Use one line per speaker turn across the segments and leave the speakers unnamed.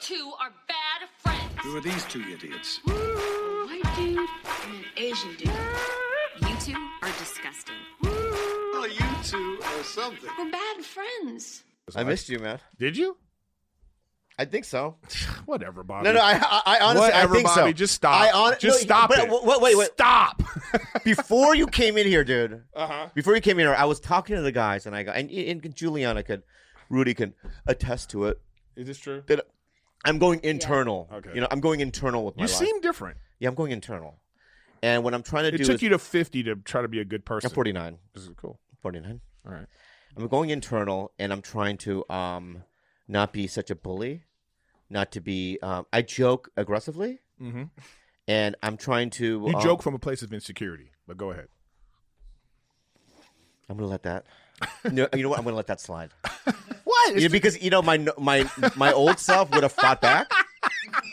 two are bad friends.
Who are these two idiots?
White dude and an Asian dude.
You two are disgusting.
Well, you two are something.
We're bad friends.
I missed you, man.
Did you?
I think so.
Whatever, Bobby.
No, no, I, I, I honestly,
Whatever,
I think
Bobby.
so.
Just stop.
I hon-
just
no,
stop
but,
it.
w- Wait, wait, wait.
Stop.
Before you came in here, dude.
uh-huh.
Before you came in here, I was talking to the guys, and I go, and, and Juliana could, Rudy can attest to it.
Is this true?
That I'm going internal.
Okay.
You know, I'm going internal with my
You
life.
seem different.
Yeah, I'm going internal. And what I'm trying to
It
do
took
is
you to 50 to try to be a good person.
I'm 49.
This is cool.
49.
All right.
I'm going internal and I'm trying to um not be such a bully, not to be um I joke aggressively
Mhm.
and I'm trying to
You
um,
joke from a place of insecurity, but go ahead.
I'm going to let that no, you know what? I'm going to let that slide.
What?
You know, because you know my my my old self would have fought back.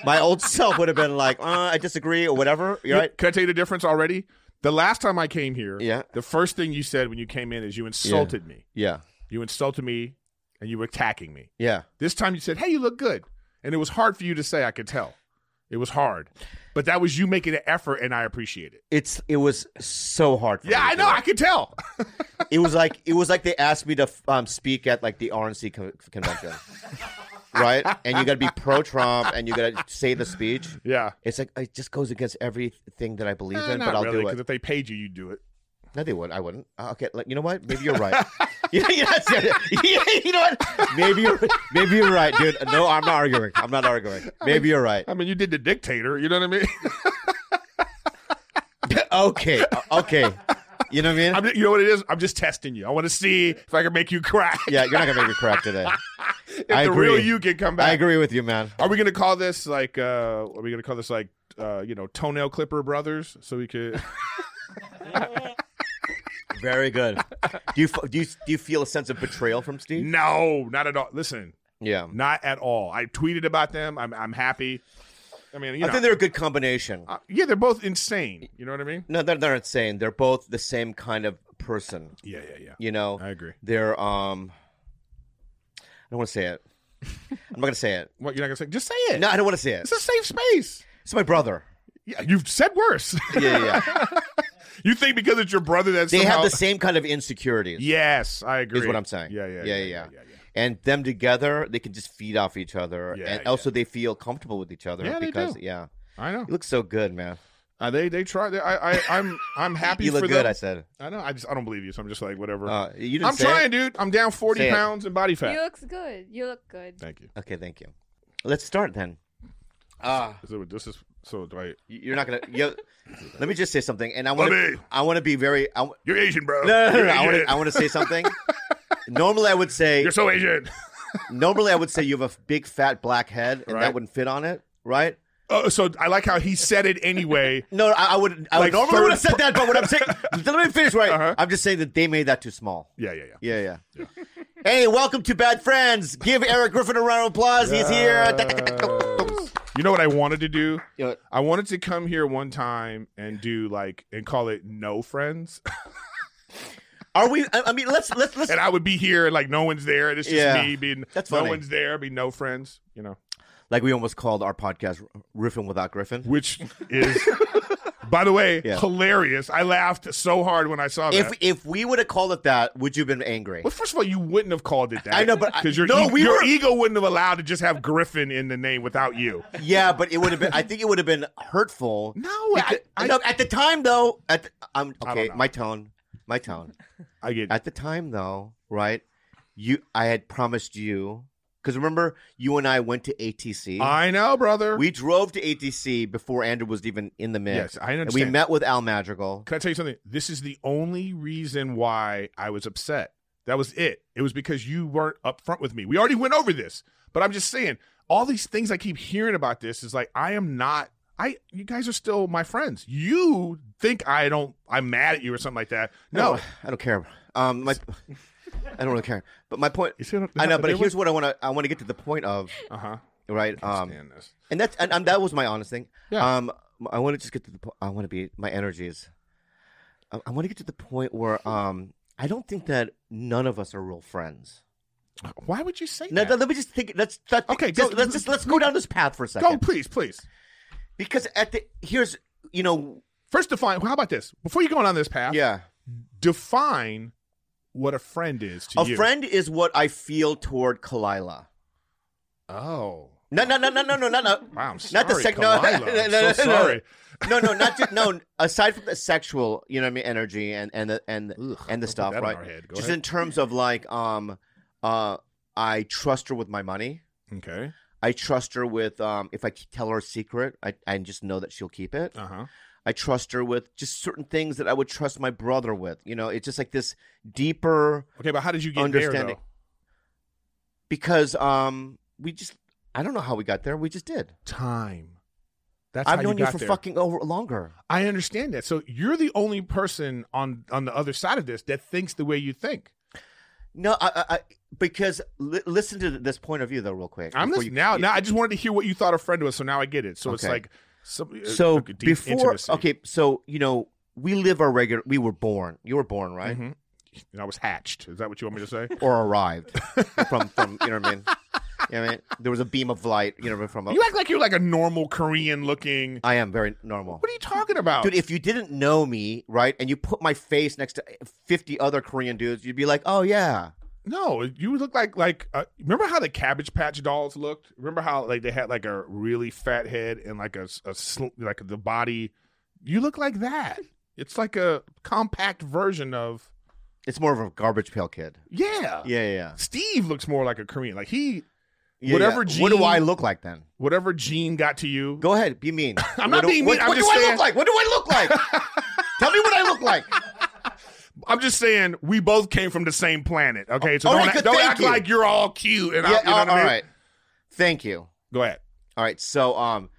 My old self would have been like, uh, "I disagree" or whatever. You're right.
Can I tell you the difference already? The last time I came here,
Yeah.
the first thing you said when you came in is you insulted me.
Yeah.
You insulted me and you were attacking me.
Yeah.
This time you said, "Hey, you look good," and it was hard for you to say. I could tell, it was hard, but that was you making an effort, and I appreciate it.
It's it was so hard. For
Yeah,
me
I
to
know.
do it.
I could tell.
it was like it was like they asked me to um, speak at like the RNC co- convention, right? And you got to be pro Trump and you got to say the speech.
yeah,
It's like it just goes against everything that I believe
Eh,
in,
not
but I'll
really.
do
Because
it.
if they paid you, you'd do it.
No, they would. I wouldn't. Uh, okay, like, you know what? Maybe you're right. you, know, you know what? Maybe you're maybe you're right, dude. No, I'm not arguing. I'm not arguing. Maybe you're right.
I mean, you did the dictator. You know what I mean?
okay, uh, okay. You know what I mean?
I'm, ju- you know what it is? I'm just testing you. I want to see if I can make you cry.
yeah, you're not gonna make me crack today.
if
I
the
agree.
real you can come back.
I agree with you, man.
Are we gonna call this like? uh Are we gonna call this like? uh You know, toenail clipper brothers, so we could.
Very good. Do you f- do you do you feel a sense of betrayal from Steve?
no, not at all. Listen,
Yeah.
not at all. I tweeted about them. I'm I'm happy. I mean, you
I
know,
think they're a good combination.
Uh, yeah, they're both insane. You know what I mean?
no, they're, they're not saying they're both the same kind of person.
Yeah, yeah, yeah.
You know,
I agree.
They're um, I don't want to say it. I'm not gonna say it.
What you're not gonna say? Just say it.
No, I don't want to say it.
it's a safe space.
It's my brother.
Yeah, you've said worse.
Yeah, yeah. yeah.
you think because it's your brother that's
they
somehow...
have the same kind of insecurities.
Yes, I agree.
is what I'm saying.
Yeah, yeah,
yeah, yeah.
yeah, yeah, yeah.
And them together, they can just feed off each other,
Yeah,
and
yeah.
also they feel comfortable with each other
Yeah, they
because
do.
yeah,
I know.
you look so good, man.
Uh, they they try. They, I I I'm I'm happy
you look
for
good. I
them.
said.
I, know. I just I don't believe you. So I'm just like whatever.
Uh, you didn't
I'm
say it.
trying, dude. I'm down 40
Say it.
pounds in body fat.
You look good. You look good.
Thank you.
Okay, thank you. Let's start then. Ah,
So this is so do I.
you're not gonna. You, let me just say something, and I want
Bobby.
to. I want to be very. I, w-
You're Asian, bro.
no, no, no,
You're
no, I want
Asian.
to. I want to say something. normally, I would say.
You're so Asian.
normally, I would say you have a big fat black head, and
Right.
that wouldn't fit on it, right?
Oh, so I like how he said it anyway.
No, I, I would. I would
Like
normally
third
would have said that, but what I'm saying. let me finish. Right,
Uh-huh.
I'm just saying that they made that too small.
Yeah, yeah, yeah.
Yeah, yeah. hey, welcome to Bad Friends. Give Eric Griffin a round of applause. He's here.
You know what I wanted to do?
You know what?
I wanted to come here one time and do like and call it no friends,
Are we? I, I mean, let's let's let's
and I would be here and like no one's there, and it's just
Yeah.
me being
That's
no
funny.
one's there, be no friends, you know,
like we almost called our podcast Riffin Without Griffin.
which is, by the way,
Yeah.
hilarious. I laughed so hard when I saw that.
If if we would have called it that, would you have been angry?
well, first of all, you wouldn't have called it that.
I know, but I-
because your
no,
e-
we
your
were-
ego wouldn't have allowed to just have Griffin in the name without you.
Yeah, but it would have been. I think it would have been hurtful.
No, I, I,
No, at the time though, at the, I'm
don't
okay.
know.
My tone, my tone.
I get.
At the time though, right? You, I had promised you because remember you and I went to ATC.
I know, brother.
We drove to ATC before Andrew was even in the mix.
Yes, I
And we
understand.
met with Al Madrigal.
Can I tell you something? This is the only reason why I was upset. That was it. It was because you weren't upfront with me. We already went over this, but I'm just saying all these things I keep hearing about this is like I am not. I you guys are still my friends. You think I don't? I'm mad at you or something like that? No.
I don't care. Um, my, I don't really care. But my point,
You see what I'm-
I know. But here's what I want to. I want to get to the point of
Uh huh.
right. Um,
Understand this.
and that's and, and that was my honest thing.
Yeah.
Um, I want to just get to the. po- I want to be my energies. I, I want to get to the point where um, I don't think that none of us are real friends.
Why would you say
Now,
that?
let me just think. Let's, let
Okay,
just,
go-
let's just let's go down this path for a second.
Go, please, please.
Because at the here's you know
First, define. How about this? Before you go on this path,
yeah
define what a friend is to
a
you.
friend is what I feel toward Kalila.
Oh,
No no no no no no no no
wow. I'm sorry,
Not the sec- no,
Kalila. I'm
no, no,
so
no, no.
sorry.
no no not just, no aside from the sexual you know what I mean energy and and the and
Ugh,
and
don't
the
put
stuff
that in
right
our head. Go
just
ahead.
in terms of like um uh I trust her with my money
okay.
I trust her with um if I tell her a secret I I just know that she'll keep it
Uh huh.
I trust her with just certain things that I would trust my brother with you know it's just like this deeper
Okay, but how did you get
Understanding.
there?
because um we just I don't know how we got there. We just did.
Though? Time. That's how
I've known
you
you,
got
for
there.
fucking over longer.
I understand that. So you're the only person on on the other side of this that thinks the way you think.
No, I, I, I because li- listen to this point of view though, real quick.
I'm
before
listening
you-
now. Now I just wanted to hear what you thought a friend was, so now I get it. So it's
Okay.
like some,
So
a uh, deep
before,
intimacy.
okay, so you know we live our regular. We were born. You were born, right?
Mhm. And I was hatched. Is that what you want me to say?
Or arrived from from you know what I mean. You know what I mean, there was a beam of light. You know from. A,
you act like you're like a normal Korean looking.
I am very normal,
What are you talking about?
Uh, dude. If you didn't know me, right, and you put my face next to fifty other Korean dudes, you'd be like, "Oh yeah,
no, you look like like uh, remember how the Cabbage Patch dolls looked? Remember how like they had like a really fat head and like a, s- a sl- like the body. You look like that. It's like a compact version of
it's more of a garbage pail kid."
yeah.
Yeah, yeah, yeah.
Steve looks more like a Korean. Like he
Yeah,
Whatever
yeah. What do
gene-
I look like then?
whatever gene got to you.
Go ahead, be mean. What
I'm not
do-
being mean,
What,
I'm
what do
just
I
saying-
look like? What do I look like? Tell me what I look like.
I'm just saying we both came from the same planet. Okay, so
All
don't,
right,
act-
Oh, good,
don't
thank
act
you.
like you're all cute and
yeah,
I, you know
all-
what I mean?
all right. Thank you.
Go ahead.
All right. So, um,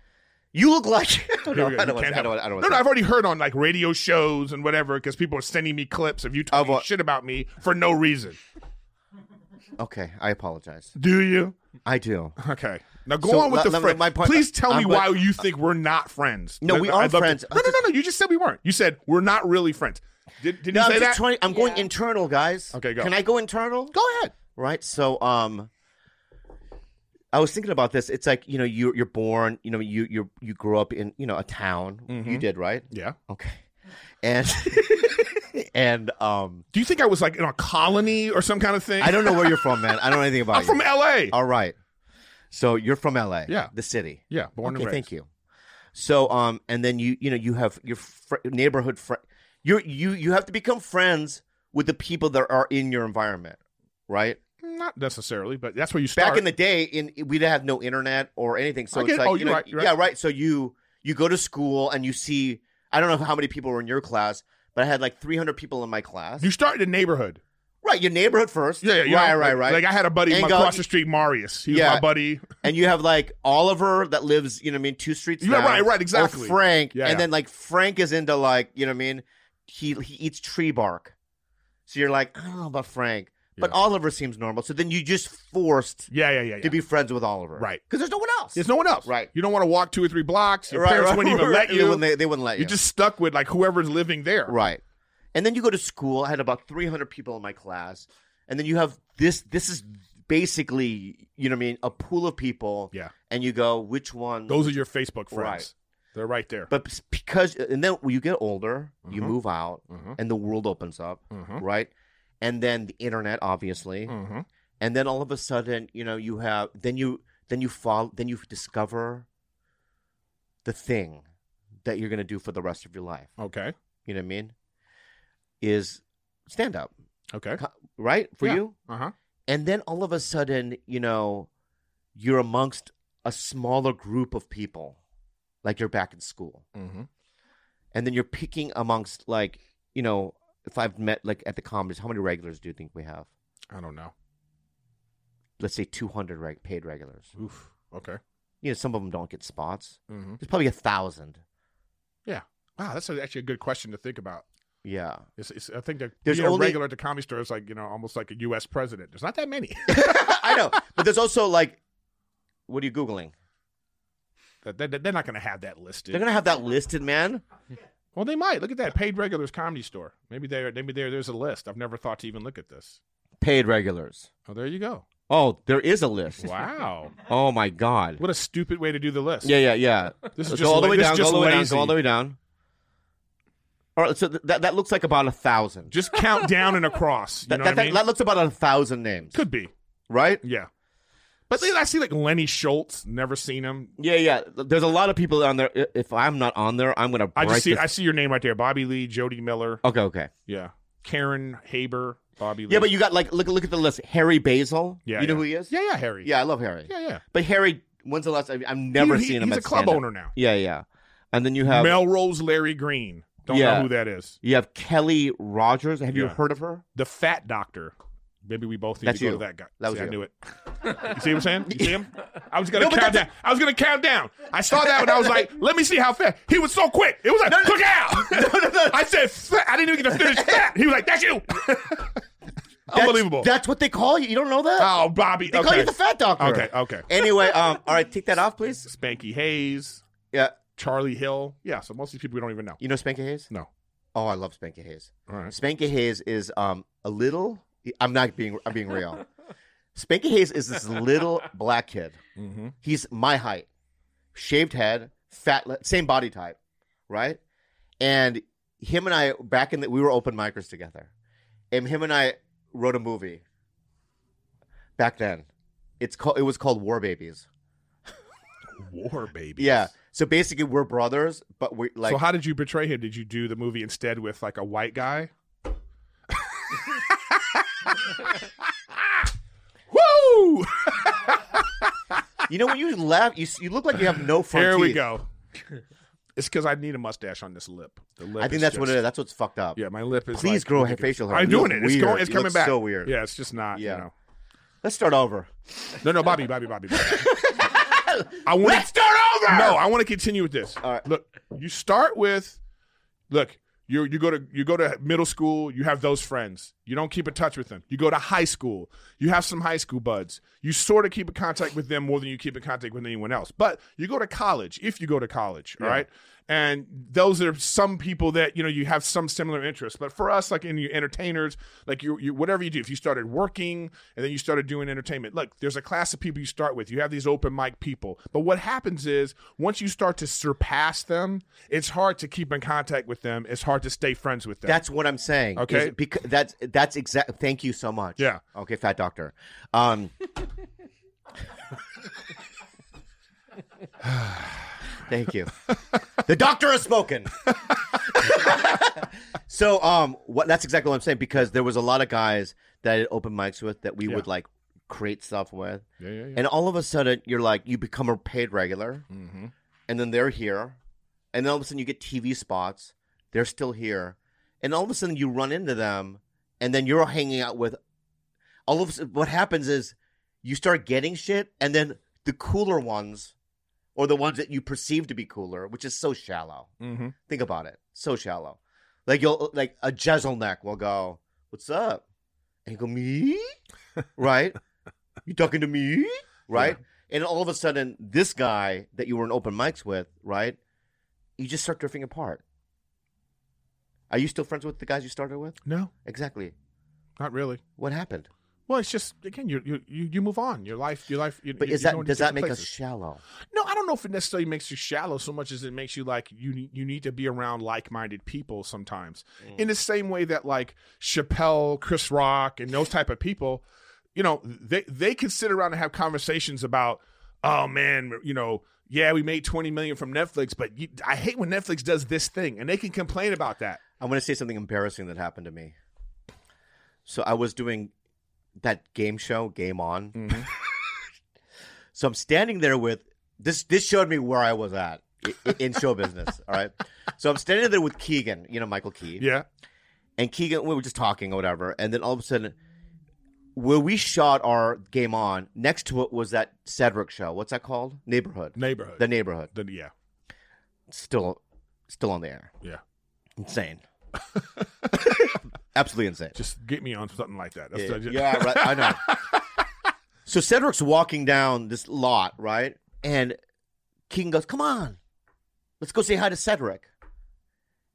you look like. I don't
Here
know.
we go.
I
You
don't want to- I
can't have-
don't want- I don't
No,
want
no,
to-
I've already heard on like radio shows and whatever because people are sending me clips of you talking
what?
shit about me for no reason.
Okay, I apologize.
Do you?
I do.
Okay. Now go
So,
on with
let-
the
let me-
friend.
my point-
Please tell me
I'm
why
go-
you think we're not friends.
No,
Let-
we
I'd
are
love to-
friends.
No, no, no, no. You just said we weren't. You said we're not really friends. Did, did
No,
you
I'm
say
just
that?
trying. I'm going internal, guys.
Okay, go.
Can I go internal?
Go ahead.
right? So, um, I was thinking about this. It's like you know, you you're born, you know, you you you grow up in you know a town. You did right,
Mm-hmm. Yeah.
okay, and and um,
Do you think I was like in a colony or some kind of thing?
I don't know where you're from, man. I don't know anything about
I'm
you.
from LA.
All right, so you're from L.A.
Yeah.
the city.
yeah, born
okay,
and raised.
thank you. So, um, and then you you know you have your fr- neighborhood friend. You you you have to become friends with the people that are in your environment, right?
Mm, Not necessarily, but that's where you start.
back in the day in we didn't have no internet or anything so
I
it's
get-
like
oh,
you
you're
know,
right, you're
yeah
right.
right so you you go to school and you see i don't know how many people were in your class but i had like 300 people in my class
you start in the neighborhood.
right your neighborhood first
Yeah, yeah, you
right
know,
right
like-
right
Like I had a buddy
And
my-
go-
across the street, Marius. He was
Yeah.
my buddy.
and you have like oliver that lives you know what i mean two streets
Yeah,
down,
right, right,
or
exactly.
frank
Yeah,
and
yeah.
then like frank is into like you know what i mean he he eats tree bark so you're like i don't know about frank but
Yeah.
oliver seems normal so then you just forced
Yeah, yeah, yeah. yeah.
to be friends with oliver
Right.
because there's no one else
There's no one else.
Right.
You don't want to walk two or three blocks. Your parents wouldn't even let
They
you.
wouldn't, they, they wouldn't let you.
You're just stuck with like whoever's living there.
right. And then you go to school. I had about 300 people in my class, and then you have this. This is basically, you know, what I mean, a pool of people.
Yeah.
And you go, which one?
Those are your Facebook friends.
Right.
They're right there.
But it's because, uh, and then when you get older, you
Mhm.
move out,
Mhm.
and the world opens up,
Mhm.
right? And then the internet, obviously,
Mhm.
and then all of a sudden, you know, you have then you then you fall then you discover the thing that you're gonna do for the rest of your life.
Okay.
you know what I mean, is stand up,
Okay.
right? For
Yeah.
you.
Uh huh.
And then all of a sudden, you know, you're amongst a smaller group of people, like you're back in school.
Mm-hmm.
And then you're picking amongst, like, you know, if I've met, like, at the comedies, how many regulars do you think we have?
I don't know.
Let's say 200 reg- paid regulars.
Oof. Okay.
You know, some of them don't get spots.
Mm-hmm.
There's probably a thousand.
Yeah. Wow, that's actually a good question to think about.
Yeah.
It's, it's, I think that
There's
being a
only-
regular at the comedy store is like you know almost like a U.S. president. There's not that many.
I know. But there's also, like, what are you Googling?
That- that- that- They're not going to have that listed.
They're going to have that listed, man.
well, they might. Look at that paid regulars comedy store. Maybe there. Maybe there. There's a list. I've never thought to even look at this.
paid regulars.
Oh, there you go.
Oh, there is a list.
Wow.
Oh my god.
what a stupid way to do the list.
Yeah, yeah, yeah.
This is
Go
just
all the
la-
way
this is
down. Go
just
all the way down.
lazy.
Go all the way down. All right, so th- that that looks like about a thousand.
Just count down and across. You
That,
know
that,
what I
that-
mean?
that looks about a thousand names,
Could be.
right?
Yeah. But then I see like Lenny Schultz. Never seen him.
Yeah, yeah. There's a lot of people on there. I- If I'm not on there, I'm gonna.
I
break
just see
this-
I see your name right there. Bobby Lee, Jody Miller.
okay, okay.
Yeah. Karen Haber, Bobby Lee.
Oh. Yeah, but you got like look look at the list. Harry Basil.
Yeah,
you know
yeah.
who he is.
Yeah, yeah, Harry.
yeah. I love Harry.
Yeah, yeah.
But Harry, when's the last? I- I've never
He- he-
seen him.
He's
at
a club
stand-up.
owner now.
Yeah, yeah. And then you have
Melrose Larry Green. Don't
um, Yeah.
know who that is.
you have Kelly Rogers. Have you
Yeah.
heard of her?
The Fat Doctor. Maybe we both need
That's
to go
you.
to that guy.
That was
see, I
you.
knew it. You see what I'm saying? You see him? I was gonna
No, but
count down.
that's-
I was gonna count down. I saw that and I was like, let me see how fast. He was so quick. It was like, look out! I said, fat. I didn't even get to finish fat. He was like, that's you.
That's-
Unbelievable.
That's, what they call you. You don't know that?
oh, Bobby.
they
okay.
call you the fat doctor.
Okay, okay.
Anyway, um, all right, take that off, please.
Spanky Hayes,
Yeah,
Charlie Hill. Yeah, so most of these people we don't even know.
you know Spanky Hayes?
No.
Oh, I love Spanky Hayes.
All right.
Spanky Hayes is um a little. I'm not being. I'm being real. Spanky Hayes is this little black kid.
Mm-hmm.
He's my height, shaved head, fat, li- same body type, right? And him and I back in the we were open micers together, and him and I wrote a movie. Back then, it's called. It was called War Babies.
War baby.
Yeah. So basically, we're brothers, but we like.
so how did you betray him? Did you do the movie instead with like a white guy? Woo!
you know when you laugh, you s- you look like you have no front
Here we
teeth.
go. It's because I need a mustache on this lip. The lip
I think
is
that's what
just-
it is. That's what's fucked up.
Yeah, my lip is.
Please
like,
grow hair,
ridiculous.
facial hair.
I'm
You look
doing it. It's going.
weird.
It's
You
coming
look
back.
so weird.
Yeah, it's just not.
Yeah.
You know.
Let's start over.
No, no, Bobby, Bobby, Bobby. Bobby. I want
Let's start over.
No, I want to continue with this.
All right.
Look, you start with look, you you go to you go to middle school, you have those friends. You don't keep in touch with them. You go to high school, you have some high school buds. You sort of keep in contact with them more than you keep in contact with anyone else. But you go to college, if you go to college, all right? And those are some people that you know you have some similar interests. But for us, like in your entertainers, like you, you whatever you do, if you started working and then you started doing entertainment, look, there's a class of people you start with. You have these open mic people. But what happens is once you start to surpass them, it's hard to keep in contact with them. It's hard to stay friends with them.
That's what I'm saying.
Okay.
Because that's that's exact. Thank you so much.
Yeah.
Okay, fat doctor. Um. thank you. The doctor has spoken. so, um, what? That's exactly what I'm saying because there was a lot of guys that I did open mics with that we
Yeah.
would like create stuff with,
yeah, yeah, yeah.
and all of a sudden you're like you become a paid regular
mm-hmm.
and then they're here, and then all of a sudden you get TV spots. They're still here, and all of a sudden you run into them, and then you're hanging out with. All of a sudden, what happens is you start getting shit, and then the cooler ones, or the ones that you perceive to be cooler, which is so shallow.
Mm-hmm.
Think about it, so shallow. Like you'll uh, like a Jezelneck will go, "What's up?" and you go, "Me," right? you talking to me, right? And all of a sudden, this guy that you were in open mics with, right? You just start drifting apart. Are you still friends with the guys you started with?
No,
Exactly.
not really.
What happened?
Well, it's just again, you you you you move on. Your life, your life. You,
But
you-
is
you go
that
into
does that
different
make us
places.
shallow?
No, I don't know if it necessarily makes you shallow so much as it makes you like you you need to be around like-minded people sometimes. In the same way that like Chappelle, Chris Rock, and those type of people, you know, they they can sit around and have conversations about, oh man, you know, yeah, we made 20 million from Netflix, but you, I hate when Netflix does this thing and they can complain about that.
I want to say something embarrassing that happened to me. So I was doing that game show, Game On. so I'm standing there with this. This showed me where I was at in, in show business. All right. So I'm standing there with Keegan, you know Michael Key,
Yeah.
and Keegan. We were just talking or whatever, and then all of a sudden, where we shot our Game On next to it was that Cedric show. What's that called? Neighborhood.
Neighborhood.
the neighborhood
Then- yeah.
still, still on the air.
Yeah.
Insane. Absolutely insane.
Just get me on something like that. That's
Yeah,
the-
yeah, right. I know. so Cedric's walking down this lot, right? And Keegan goes, "Come on, let's go say hi to Cedric."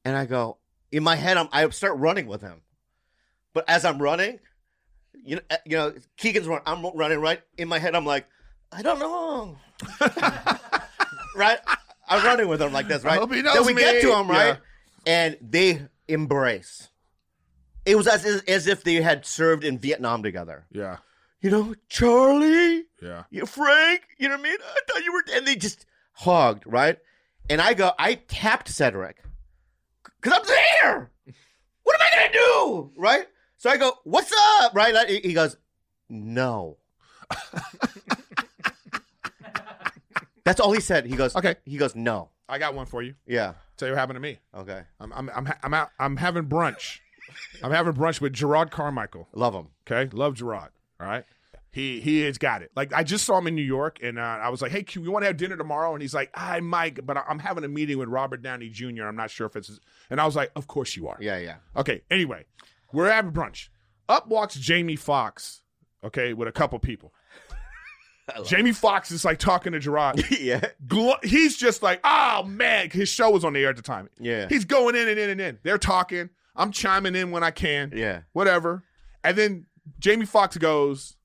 And I go, in my head, I'm, I start running with him, but as I'm running, you know, uh, you know, Keegan's run. I'm running right in my head. I'm like, I don't know, right? I'm running with him like this, right?
hope he
then
knows
we get
me.
to him, right?
Yeah.
And they embrace. It was as as if they had served in Vietnam together.
Yeah.
You know, Charlie,
Yeah.
you Frank, you know what I mean? I thought you were, and they just hogged, right? And I go, I tapped Cedric because I'm there. What am I gonna do, right? So I go, what's up, right? Like, He he goes, no. That's all he said. He goes,
Okay.
He goes, no.
I got one for you.
Yeah.
Tell you what happened to me.
Okay.
I'm I'm I'm ha- I'm, out, I'm having brunch. I'm having brunch with Gerard Carmichael.
Love him.
Okay, love Gerard. All right, he he has got it. Like I just saw him in New York, and uh, I was like, "Hey, Q, you want to have dinner tomorrow?" And he's like, "I might, but I- I'm having a meeting with Robert Downey Jr. I'm not sure if it's." And I was like, "Of course you are."
Yeah, yeah.
Okay. Anyway, we're having brunch. Up walks Jamie Fox. Okay, with a couple people. Jamie Fox is like talking to Gerard
yeah.
glo- he's just like, oh man, his show was on the air at the time.
Yeah.
He's going in and in and in. They're talking. I'm chiming in when I can.
Yeah.
Whatever. And then Jamie Foxx goes,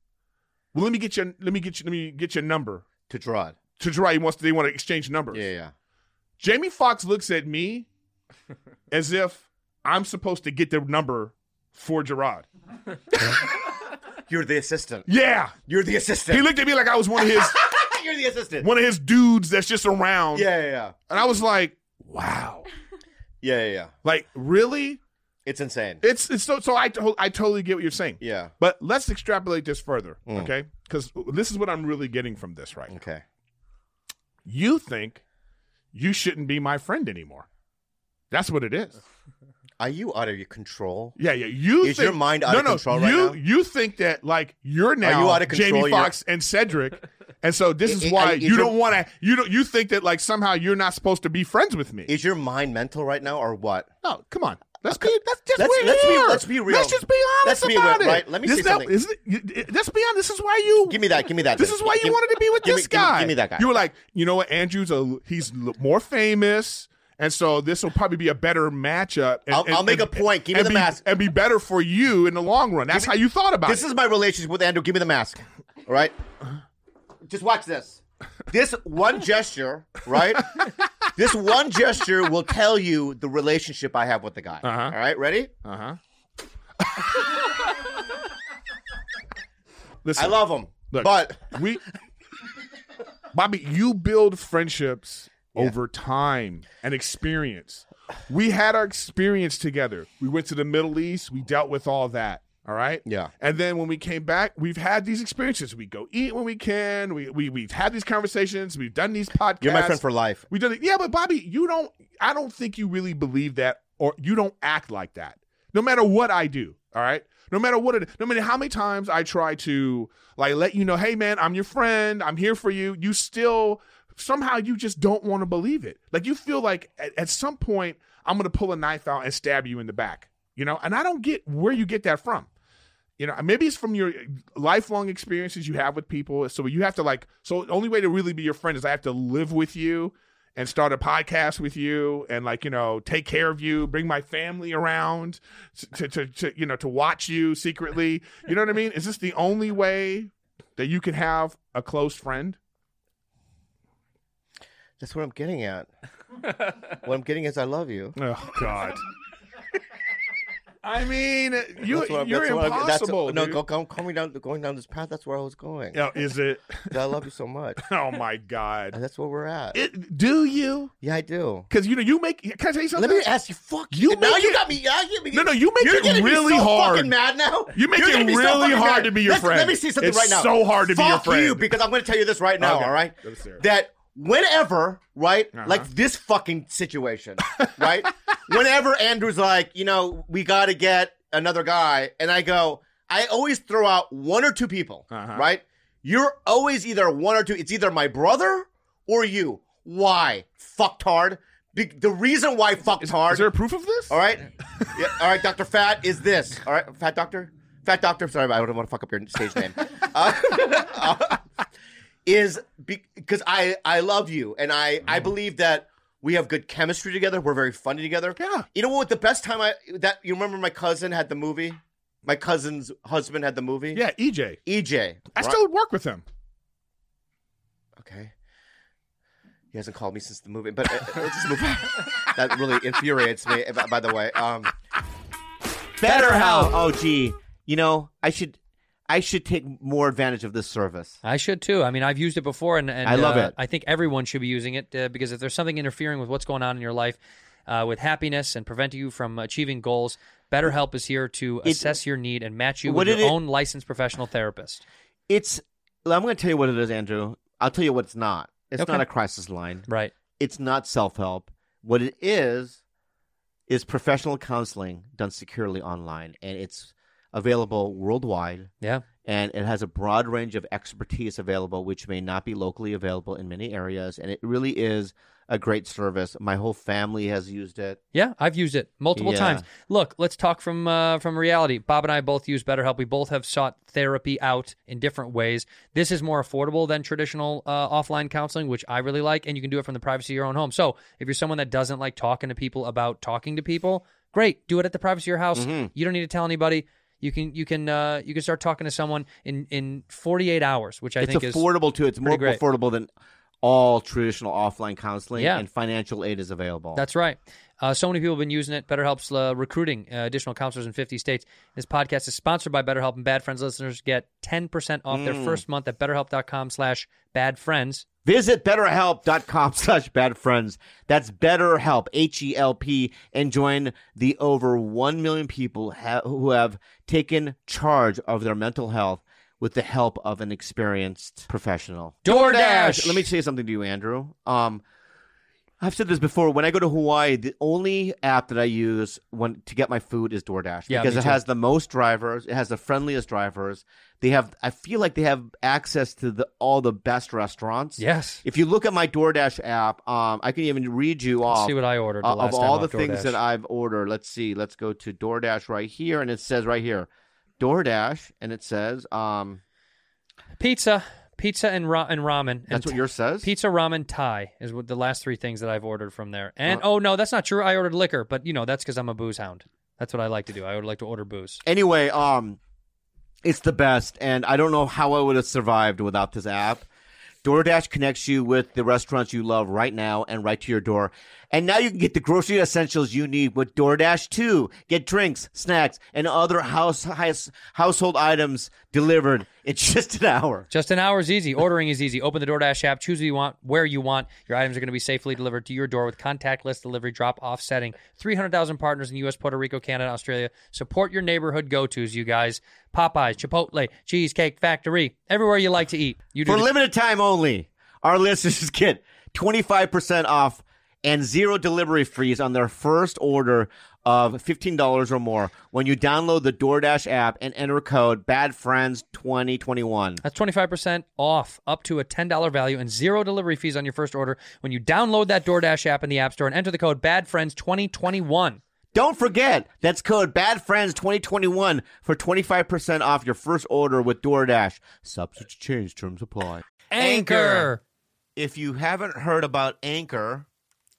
Well, let me get your let me get you let me get your number.
To Gerard.
To Gerard, he wants they want to exchange numbers.
Yeah, yeah.
Jamie Foxx looks at me as if I'm supposed to get the number for Gerard.
You're the assistant.
Yeah.
You're the assistant.
He looked at me like I was one of his
You're the assistant.
one of his dudes that's just around.
Yeah, yeah, yeah.
And I was like, wow.
Yeah, yeah, yeah.
Like, really?
It's insane.
It's, it's so so. I to- I totally get what you're saying.
Yeah. Mm.
But let's extrapolate this further, okay? Because this is what I'm really getting from this right now.
Okay.
You think you shouldn't be my friend anymore? That's what it is.
Are you out of your control?
Yeah, yeah. You
Is
think,
your mind out
no,
of
no,
control
you,
right now?
You think that like you're now
you out of control?
Jamie
You're-
Foxx and Cedric, and so this is
I- I-
why
is
you
your-
don't want to. You don't. You think that like somehow you're not supposed to be friends with me?
Is your mind mental right now or what?
No, come on. Let's be. Let's just
Let's-
be
let's be-
here.
let's be real.
Let's just be honest
Let's be
about
real,
it.
right? Let me
This
say
is not-
something.
isn't it- you- it- let's be honest. This is why you.
Give me that. Give me that.
This
then.
is why you
Give-
wanted to be with
give me-
this
give me-
guy.
Give me that guy.
You were like, you know what? Andrew's a he's l- more famous, and so this will probably be a better matchup. And,
I'll-
and-
I'll make
and-
a point. Give me
and
the
be-
mask.
and be better for you in the long run. That's
me-
how you thought about
This
it.
is my relationship with Andrew. Give me the mask. All right. Just watch this. This one gesture, right? this one gesture will tell you the relationship I have with the guy.
Uh-huh.
All right, ready?
Uh huh. Listen,
I love him,
Look.
but
we Bobby, you build friendships over time and experience. We had our experience together. We went to the Middle East, we dealt with all that. All right.
Yeah.
And then when we came back, we've had these experiences. We go eat when we can. We, we we've had these conversations. We've done these podcasts.
you're my friend for life.
We did it. Yeah, but Bobby, you don't. I don't think you really believe that, or you don't act like that. No matter what I do, all right. No matter what it. No matter how many times I try to like let you know, hey man, I'm your friend. I'm here for you. You still somehow you just don't want to believe it. Like you feel like at, at some point I'm gonna pull a knife out and stab you in the back. You know, and I don't get where you get that from you know maybe it's from your lifelong experiences you have with people so you have to like so the only way to really be your friend is i have to live with you and start a podcast with you and like you know take care of you bring my family around to to, to you know to watch you secretly you know what i mean is this the only way that you can have a close friend
That's what I'm getting at. what I'm getting is I love you.
oh god i mean you
That's what I'm-
you're
that's what I'm- that's-
impossible
no,
dude.
go, go, call me down. Going down this path. That's where I was going.
Yeah, is it
I love you so much.
oh my god
And that's where we're at.
it, do you
yeah, I do.
Because you know you make. Can I tell you something?
Let me ask you. Fuck
You
you. Now
make
you
it-
got me. Now you make
No, no, you make
you're
it
getting me
really
so
hard.
Fucking mad now.
You make
You're
it
getting me so
really
fucking
hard
mad.
to be your
Let's-
friend.
Let me see something
It's
right now.
so hard to be
Fuck
your
you,
friend.
because I'm going to tell you this right now.
Okay.
All right,
Let's hear it.
that whenever, right,
Uh-huh.
like this fucking situation, right, whenever Andrew's like, you know, we got to get another guy, and I go, I always throw out one or two people,
Uh-huh.
right. You're always either one or two. It's either my brother or you. Why, fucktard? Be- the reason why fucktard
Is there proof of this?
all right. Yeah, all right, Dr. Fat is this. All right, Fat Doctor? Fat Doctor, sorry, I don't want to fuck up your stage name. Uh, is because I I love you and I
Mm-hmm.
I believe that we have good chemistry together. We're very funny together.
Yeah.
You know what the best time I that you remember my cousin had the movie? My cousin's husband had the movie. E
Yeah, EJ.
EJ.
I
Right.
still work with him.
okay. He hasn't called me since the movie, but uh, let's just move on. That really infuriates me. b- By the way, um, BetterHelp. Oh, gee, you know, I should, I should take more advantage of this service.
I should too. I mean, I've used it before, and, and
I love
uh,
it.
I think everyone should be using it uh, because if there's something interfering with what's going on in your life, uh, with happiness and preventing you from achieving goals, BetterHelp is here to
It-
assess your need and match you
What
with your
did it-
own licensed professional therapist.
It's. I'm going to tell you what it is, Andrew. I'll tell you what it's not. It's
Okay.
not a crisis line.
Right.
It's not self help. What it is is professional counseling done securely online, and it's available worldwide.
Yeah.
and it has a broad range of expertise available, which may not be locally available in many areas. And it really is a great service. My whole family has used it.
Yeah, I've used it multiple
Yeah.
times. Look, let's talk from uh, from reality. Bob and I both use BetterHelp. We both have sought therapy out in different ways. This is more affordable than traditional uh, offline counseling, which I really like, and you can do it from the privacy of your own home. So, if you're someone that doesn't like talking to people about talking to people, great, do it at the privacy of your house.
Mm-hmm.
You don't need to tell anybody. You can you can uh, you can start talking to someone in in 48 hours, which I
it's
think is
affordable too. It's more
great.
affordable than all traditional offline counseling,
Yeah.
and financial aid is available.
That's right. Uh, so many people have been using it. BetterHelp's uh, recruiting uh, additional counselors in 50 states. This podcast is sponsored by BetterHelp, and Bad Friends listeners get 10% off
Mm.
their first month at betterhelp.com slash bad friends.
Visit betterhelp.com slash bad friends. That's betterhelp, H-E-L-P, and join the over 1 million people ha- who have taken charge of their mental health with the help of an experienced professional.
DoorDash!
Let me say something to you, Andrew. Um, I've said this before. When I go to Hawaii, the only app that I use when to get my food is DoorDash
Yeah,
because
me
it
too.
has the most drivers. It has the friendliest drivers. They have. I feel like they have access to the all the best restaurants.
Yes.
If you look at my DoorDash app, um, I can even read you off
see what I ordered the
uh,
last
of
time
all
off
the things
DoorDash.
that I've ordered. Let's see. Let's go to DoorDash right here, and it says right here, DoorDash, and it says, um,
Pizza, pizza and, ra- and ramen. and
that's what yours says.
Pizza, ramen, Thai is what the last three things that I've ordered from there. And
Uh-huh.
oh no, that's not true. I ordered liquor, but you know that's because I'm a booze hound. That's what I like to do. I would like to order booze.
anyway, um, it's the best, and I don't know how I would have survived without this app. DoorDash connects you with the restaurants you love right now and right to your door. And now you can get the grocery essentials you need with DoorDash too. Get drinks, snacks, and other house, house household items delivered in just an hour.
Just an hour is easy. Ordering is easy. Open the DoorDash app, choose what you want, where you want. Your items are going to be safely delivered to your door with contactless delivery drop off setting. 300,000 partners in the U.S., Puerto Rico, Canada, Australia. Support your neighborhood go tos, you guys. Popeyes, Chipotle, Cheesecake Factory, everywhere you like to eat. You do
For
the-
limited time only, our listeners get 25% off and zero delivery fees on their first order of $15 or more when you download the DoorDash app and enter code BADFRIENDS2021.
That's 25% off, up to a $10 value, and zero delivery fees on your first order when you download that DoorDash app in the App Store and enter the code BADFRIENDS2021.
Don't forget, that's code BADFRIENDS2021 for 25% off your first order with DoorDash. Substance change terms apply. Anchor. If you haven't heard about Anchor,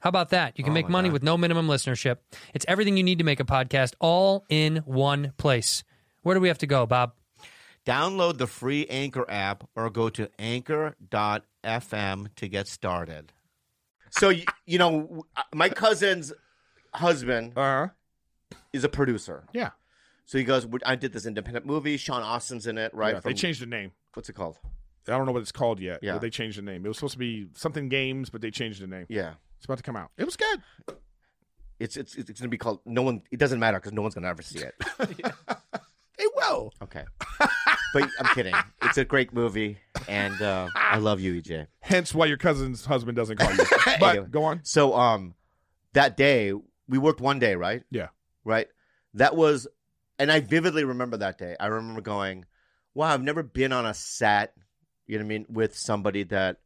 How about that?
Oh
You can make money with no minimum listenership. It's everything you need to make a podcast all in one place. Where do we have to go, Bob?
Download the free Anchor app or go to anchor.fm to get started.
So you, you know, w- uh, my cousin's husband
Uh huh.
Uh-huh.
is a producer.
Yeah.
So he goes, "Would- I did this independent movie. Sean Austin's in it, right?
Yeah, they
From-
changed the name.
What's it called?
I don't know what it's called yet.
Yeah.
But they changed the name. It was supposed to be something games, but they changed the name.
Yeah.
It's about to come out. It was good.
It's it's it's going to be called. No one. It doesn't matter because no one's going to ever see it.
They will.
Okay. but I'm kidding. It's a great movie, and uh, I love you, EJ.
Hence why your cousin's husband doesn't call you.
Anyway.
But go on.
So um, that day we worked one day, right?
Yeah.
Right. That was
And I vividly remember that day. I remember going, wow, I've never been on a set, you know what I mean, with somebody that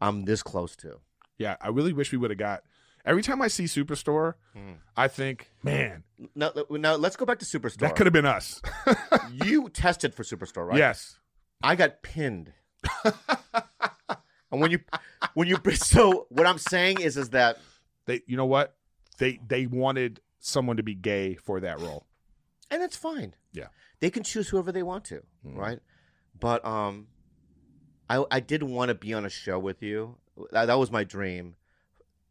I'm this close to.
Yeah, I really wish we would have got. Every time I see Superstore,
Mm.
I think, man,
Now, now let's go back to Superstore.
that could have been us.
You tested for Superstore, right?
Yes.
I got pinned. and when you, when you, so what I'm saying is, is that
They you know what? They they wanted someone to be gay for that role.
and that's fine.
Yeah. Mm-hmm.
they can choose whoever they want to, right? But um, I I did want to be on a show with you. That, that was my dream.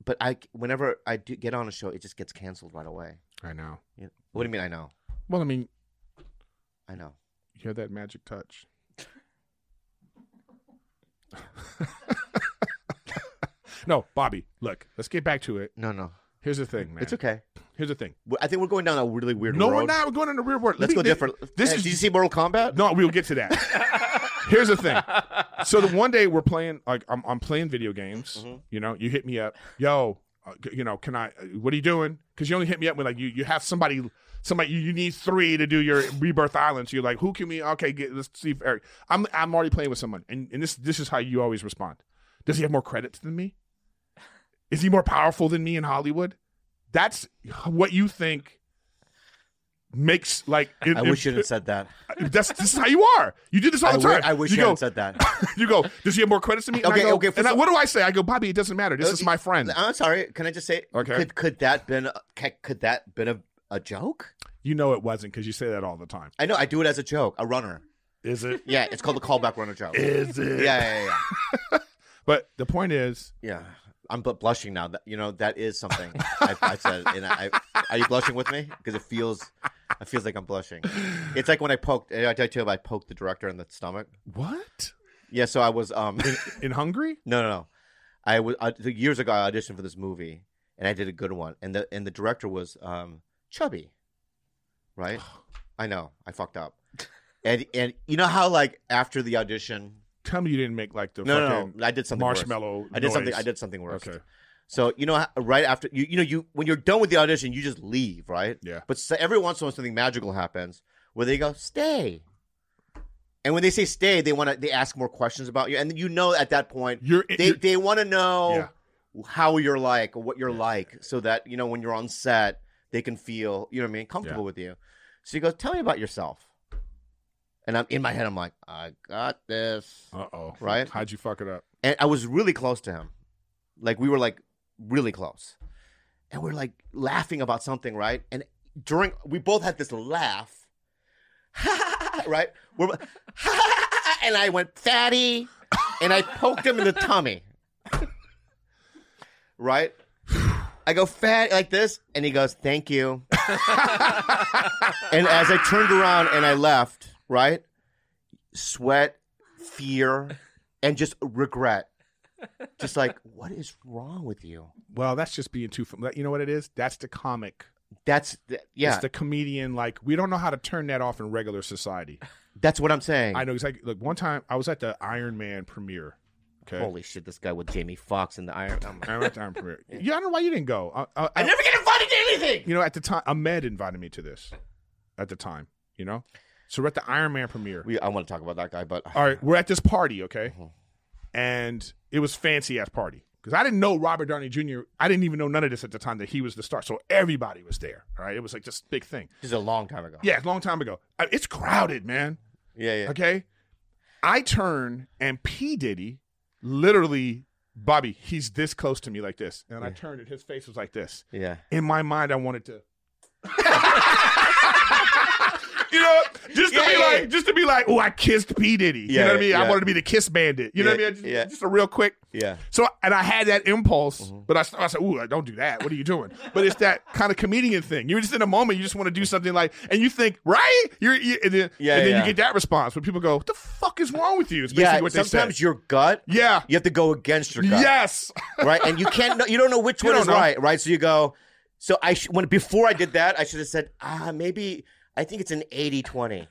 But I, whenever I do get on a show, it just gets canceled right away.
I know.
You know- What do you mean? I know,
Well, I mean,
I know.
you hear that magic touch. no, Bobby, look, let's get back to it.
No, no,
Here's the thing, man.
it's okay.
Here's the thing.
We're- I think we're going down a really weird.
no,
road.
we're not. We're going in the rear word.
Let's go different.
This
Hey,
is
Did you see Mortal Kombat?
No, we'll get to that. Here's the thing. So the one day we're playing, like I'm, I'm playing video games. You know, you hit me up, yo. Uh, c- you know, can I? uh, What are you doing? Because you only hit me up when like you you have somebody, somebody you, you need three to do your Rebirth Island. So you're like, who can we? Okay, get, let's see if Eric. I'm I'm already playing with someone, and and this this is how you always respond. Does he have more credits than me? Is he more powerful than me in Hollywood? That's what you think makes like. It,
I
it-
wish you hadn't said that.
that's this is how you are. You do this all
I
the
wi-
time.
I wish
you
you
go.
hadn't said that.
you go. Does he have more credits than me? And
Okay,
I go,
okay, for
and I-
some-
what do I say? I go, Bobby. It doesn't matter. This
Uh,
is my friend.
I'm sorry. Can I just say?
Okay.
Could could that been a, ca- could that been a, a joke?
You know it wasn't because you say that all the time.
I know. I do it as a joke, a runner.
Is it?
Yeah, it's called the callback runner joke.
Is it?
Yeah, yeah, yeah.
But the point is,
yeah. I'm but blushing now. That you know that is something I, I said. And I, are you blushing with me? Because it feels, it feels like I'm blushing. It's like when I poked. I tell you, I poked the director in the stomach.
what
Yeah. So I was um.
in Hungary?
No, no, no. I was I, years ago. I auditioned for this movie, and I did a good one. And the and the director was um, chubby, right? I know I fucked up. And and you know how like after the audition,
Tell me you didn't make like the
no, no,
fucking
no, I did something worse.
marshmallow.
I did something. I
noise.
did something worse.
Okay.
So you know, how- right after you, you know, you when you're done with the audition, you just leave, right?
Yeah.
But so every once in a while, something magical happens where they go, "Stay," and when they say "stay," they want to they ask more questions about you, and you know at that point
You're,
they
you're
they want to know how you're like, what you're like, so that you know when you're on set, they can feel you know what I mean, comfortable
Yeah.
with you. So you go, tell me about yourself. And I'm in my head, I'm like, I got this,
Uh oh.
Right?
How'd you fuck it up?
and I was really close to him, like we were like really close, and we're like laughing about something, right? And during we both had this laugh, right? We're and I went fatty, and I poked him in the tummy, right? I go fat like this, and he goes, "Thank you." and as I turned around and I left, right? Sweat, fear, and just regret. Just like, what is wrong with you?
Well, that's just being too. fam- You know what it is? That's the comic.
That's th- yeah.
It's the comedian. Like we don't know how to turn that off in regular society.
that's what I'm saying.
I know exactly. Look, one time I was at the Iron Man premiere. Okay.
Holy shit! This guy with Jamie Foxx and the Iron. I'm like,
I went to Iron premiere. Yeah, I don't know why you didn't go. I, I,
I never get invited to anything.
you know, at the time, Ahmed invited me to this. At the time, you know, so we're at the Iron Man premiere.
We, I want to talk about that guy, but
All right, we're at this party, okay,
Uh-huh.
and it was fancy ass party because I didn't know Robert Downey Jr. I didn't even know none of this at the time that he was the star. So everybody was there. All right, it was like this big thing.
this is a long time ago.
Yeah, a long time ago. Uh, It's crowded, man.
yeah, yeah.
Okay. I turn and P. Diddy, literally, Bobby, he's this close to me like this. And I turned and his face was like this.
yeah.
In my mind, I wanted to. you know, just to
Yeah,
be
yeah,
like,
yeah.
just to be like, oh, I kissed P. Diddy. you
Yeah,
know what I mean? I
yeah.
wanted to be the kiss bandit. You know what I
Yeah,
mean? I Just,
yeah.
just a real quick.
Yeah. Mm-hmm.
So, and I had that impulse, but I, st- I said, "Ooh, don't do that. What are you doing?" But it's that kind of comedian thing. You're just in a moment. You just want to do something like, and you think, right? You're, you, and then,
Yeah,
and then
yeah.
you get that response when people go, "What the fuck is wrong with you?" It's basically
Yeah.
what they
Sometimes
said.
your gut.
Yeah.
You have to go against your gut.
Yes.
Right, and you can't. Know, you don't know which
You
one
don't
is
know.
right. Right. So you go. So I sh- when before I did that, I should have said, ah, maybe. I think it's an 80-20,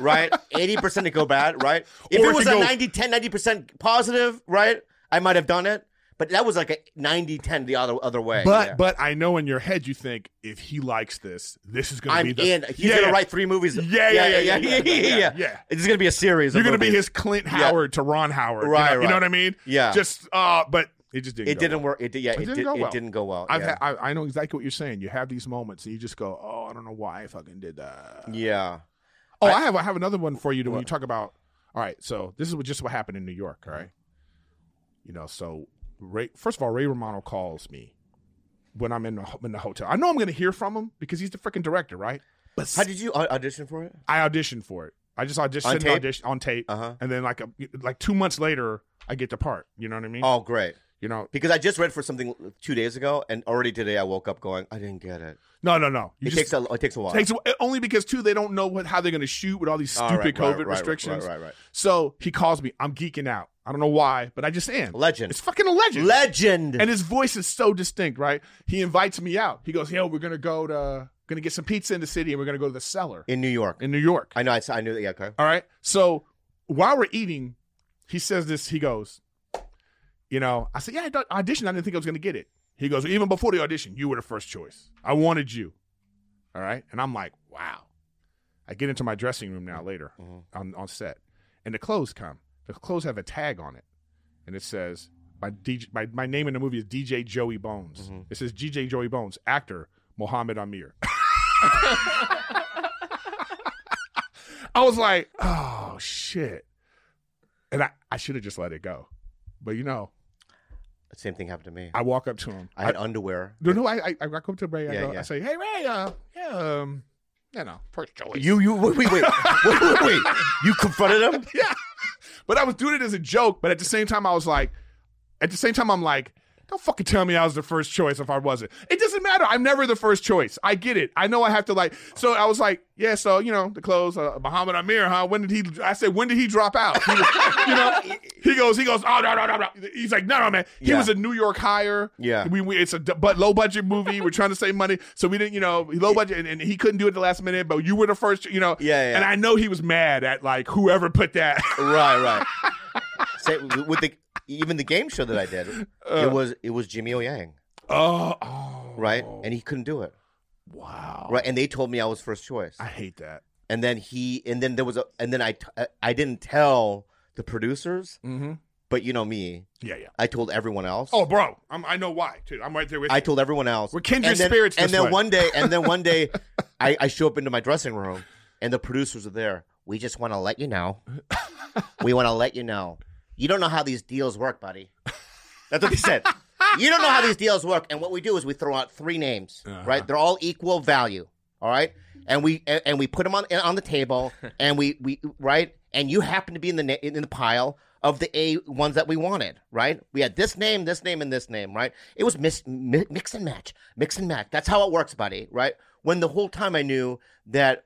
right? 80% to go bad, right? If
Or
it
it
was a
could go-
90-10, 90% positive, right? I might have done it. But that was like a 90 10 the other other way.
But
yeah.
but I know in your head you think if he likes this, this is going to
I'm
be the
in. He's
yeah,
gonna
yeah.
write three movies.
Yeah, yeah, yeah, yeah, yeah, yeah, yeah.
It's gonna be a series.
You're
of
going to be
movies.
his Clint Howard to Ron Howard,
Right,
You know, you know
right.
what I mean?
Yeah.
Just uh, but it just didn't.
It
go
didn't
well.
work. It did. Yeah, it,
didn't
did,
go well.
It didn't go well.
I've
yeah.
had, I, I know exactly what you're saying. You have these moments and you just go, oh, I don't know why I fucking did that.
yeah.
Oh, I, have I have another one for you to, when you talk about. All right, so this is what, just what happened in New York. All right, you know, so Ray. First of all, Ray Romano calls me when I'm in the, ho- in the hotel. I know I'm going to hear from him because he's the freaking director, right? But
How did you au- audition for it?
I auditioned for it. I just auditioned
On
on
tape?
audition, on tape,
Uh-huh.
and then like a, like two months later, I get the part. You know what I mean?
Oh, great.
You know,
Because I just read for something two days ago, and already today I woke up going, I didn't get it.
no, no, no. You
It takes a it takes a while.
takes a- only because too they don't know what how they're going to shoot with all these
All
stupid
right, right,
COVID
right, right,
restrictions.
Right, right, right.
So he calls me. I'm geeking out. I don't know why, but I just am.
Legend.
It's fucking a legend.
Legend.
and his voice is so distinct, right? He invites me out. He goes, "Yo, we're gonna go to, gonna get some pizza in the city, and we're gonna go to the cellar
in New York.
in New York."
I know. I, s- I knew that. Yeah. Okay.
All right. So while we're eating, he says this. He goes, "You know," I said, "Yeah, I d- auditioned. I didn't think I was gonna get it." He goes, "Even before the audition, you were the first choice. I wanted you." All right. And I'm like, "Wow." I get into my dressing room now later on, on set, and the clothes come. The clothes have a tag on it, and it says my DJ, my, my name in the movie is DJ Joey Bones. It says DJ Joey Bones, actor Mohammed Amir. I was like, oh shit, and I, I should have just let it go, but you know,
The same thing happened to me.
I walk up to him.
I had underwear.
no, no, I I, I walk up to Ray. I,
Yeah,
go,
yeah.
I say, hey Ray, uh, yeah, um, you know, first choice.
You you wait wait wait wait wait. wait. You confronted him.
yeah. But I was doing it as a joke. But at the same time, I was like, at the same time, I'm like, don't fucking tell me I was the first choice if I wasn't. It doesn't matter. I'm never the first choice. I get it. I know I have to like. So I was like, yeah. So you know, the clothes, uh, Muhammad Amir, huh? When did he? I said, when did he drop out? He was- you know, he goes, he goes, oh no, no, no, no. He's like, no, no, man. He
Yeah.
was a New York hire.
Yeah.
we, we it's a d- but low budget movie. We're trying to save money, so we didn't, you know, low budget, and, and he couldn't do it at the last minute. But you were the first, you know.
Yeah, yeah.
And I know he was mad at like whoever put that.
Right right. Say, with the even the game show that I did,
Uh.
it was it was Jimmy O Yang
Oh, oh,
right, and he couldn't do it
wow.
right, and they told me I was first choice.
I hate that.
and then he and then there was a and then I t- I- I didn't tell the producers,
Mm-hmm.
but you know me,
Yeah, yeah.
I told everyone else.
Oh, bro, I'm, I know why, too. I'm right there with
I
you.
told everyone else.
We're kindred
and then,
spirits
And
this
then
way.
one day, and then one day, I, I show up into my dressing room, and the producers are there. We just want to let you know. We want to let you know. You don't know how these deals work, buddy. That's what they said. You don't know how these deals work. And what we do is we throw out three names, right? They're all equal value, all right? And we and, and we put them on on the table, and we we right. And you happen to be in the na- in the pile of the A ones that we wanted, right? We had this name, this name, and this name, right? It was mis- mi- mix and match, mix and match. That's how it works, buddy, right? When the whole time I knew that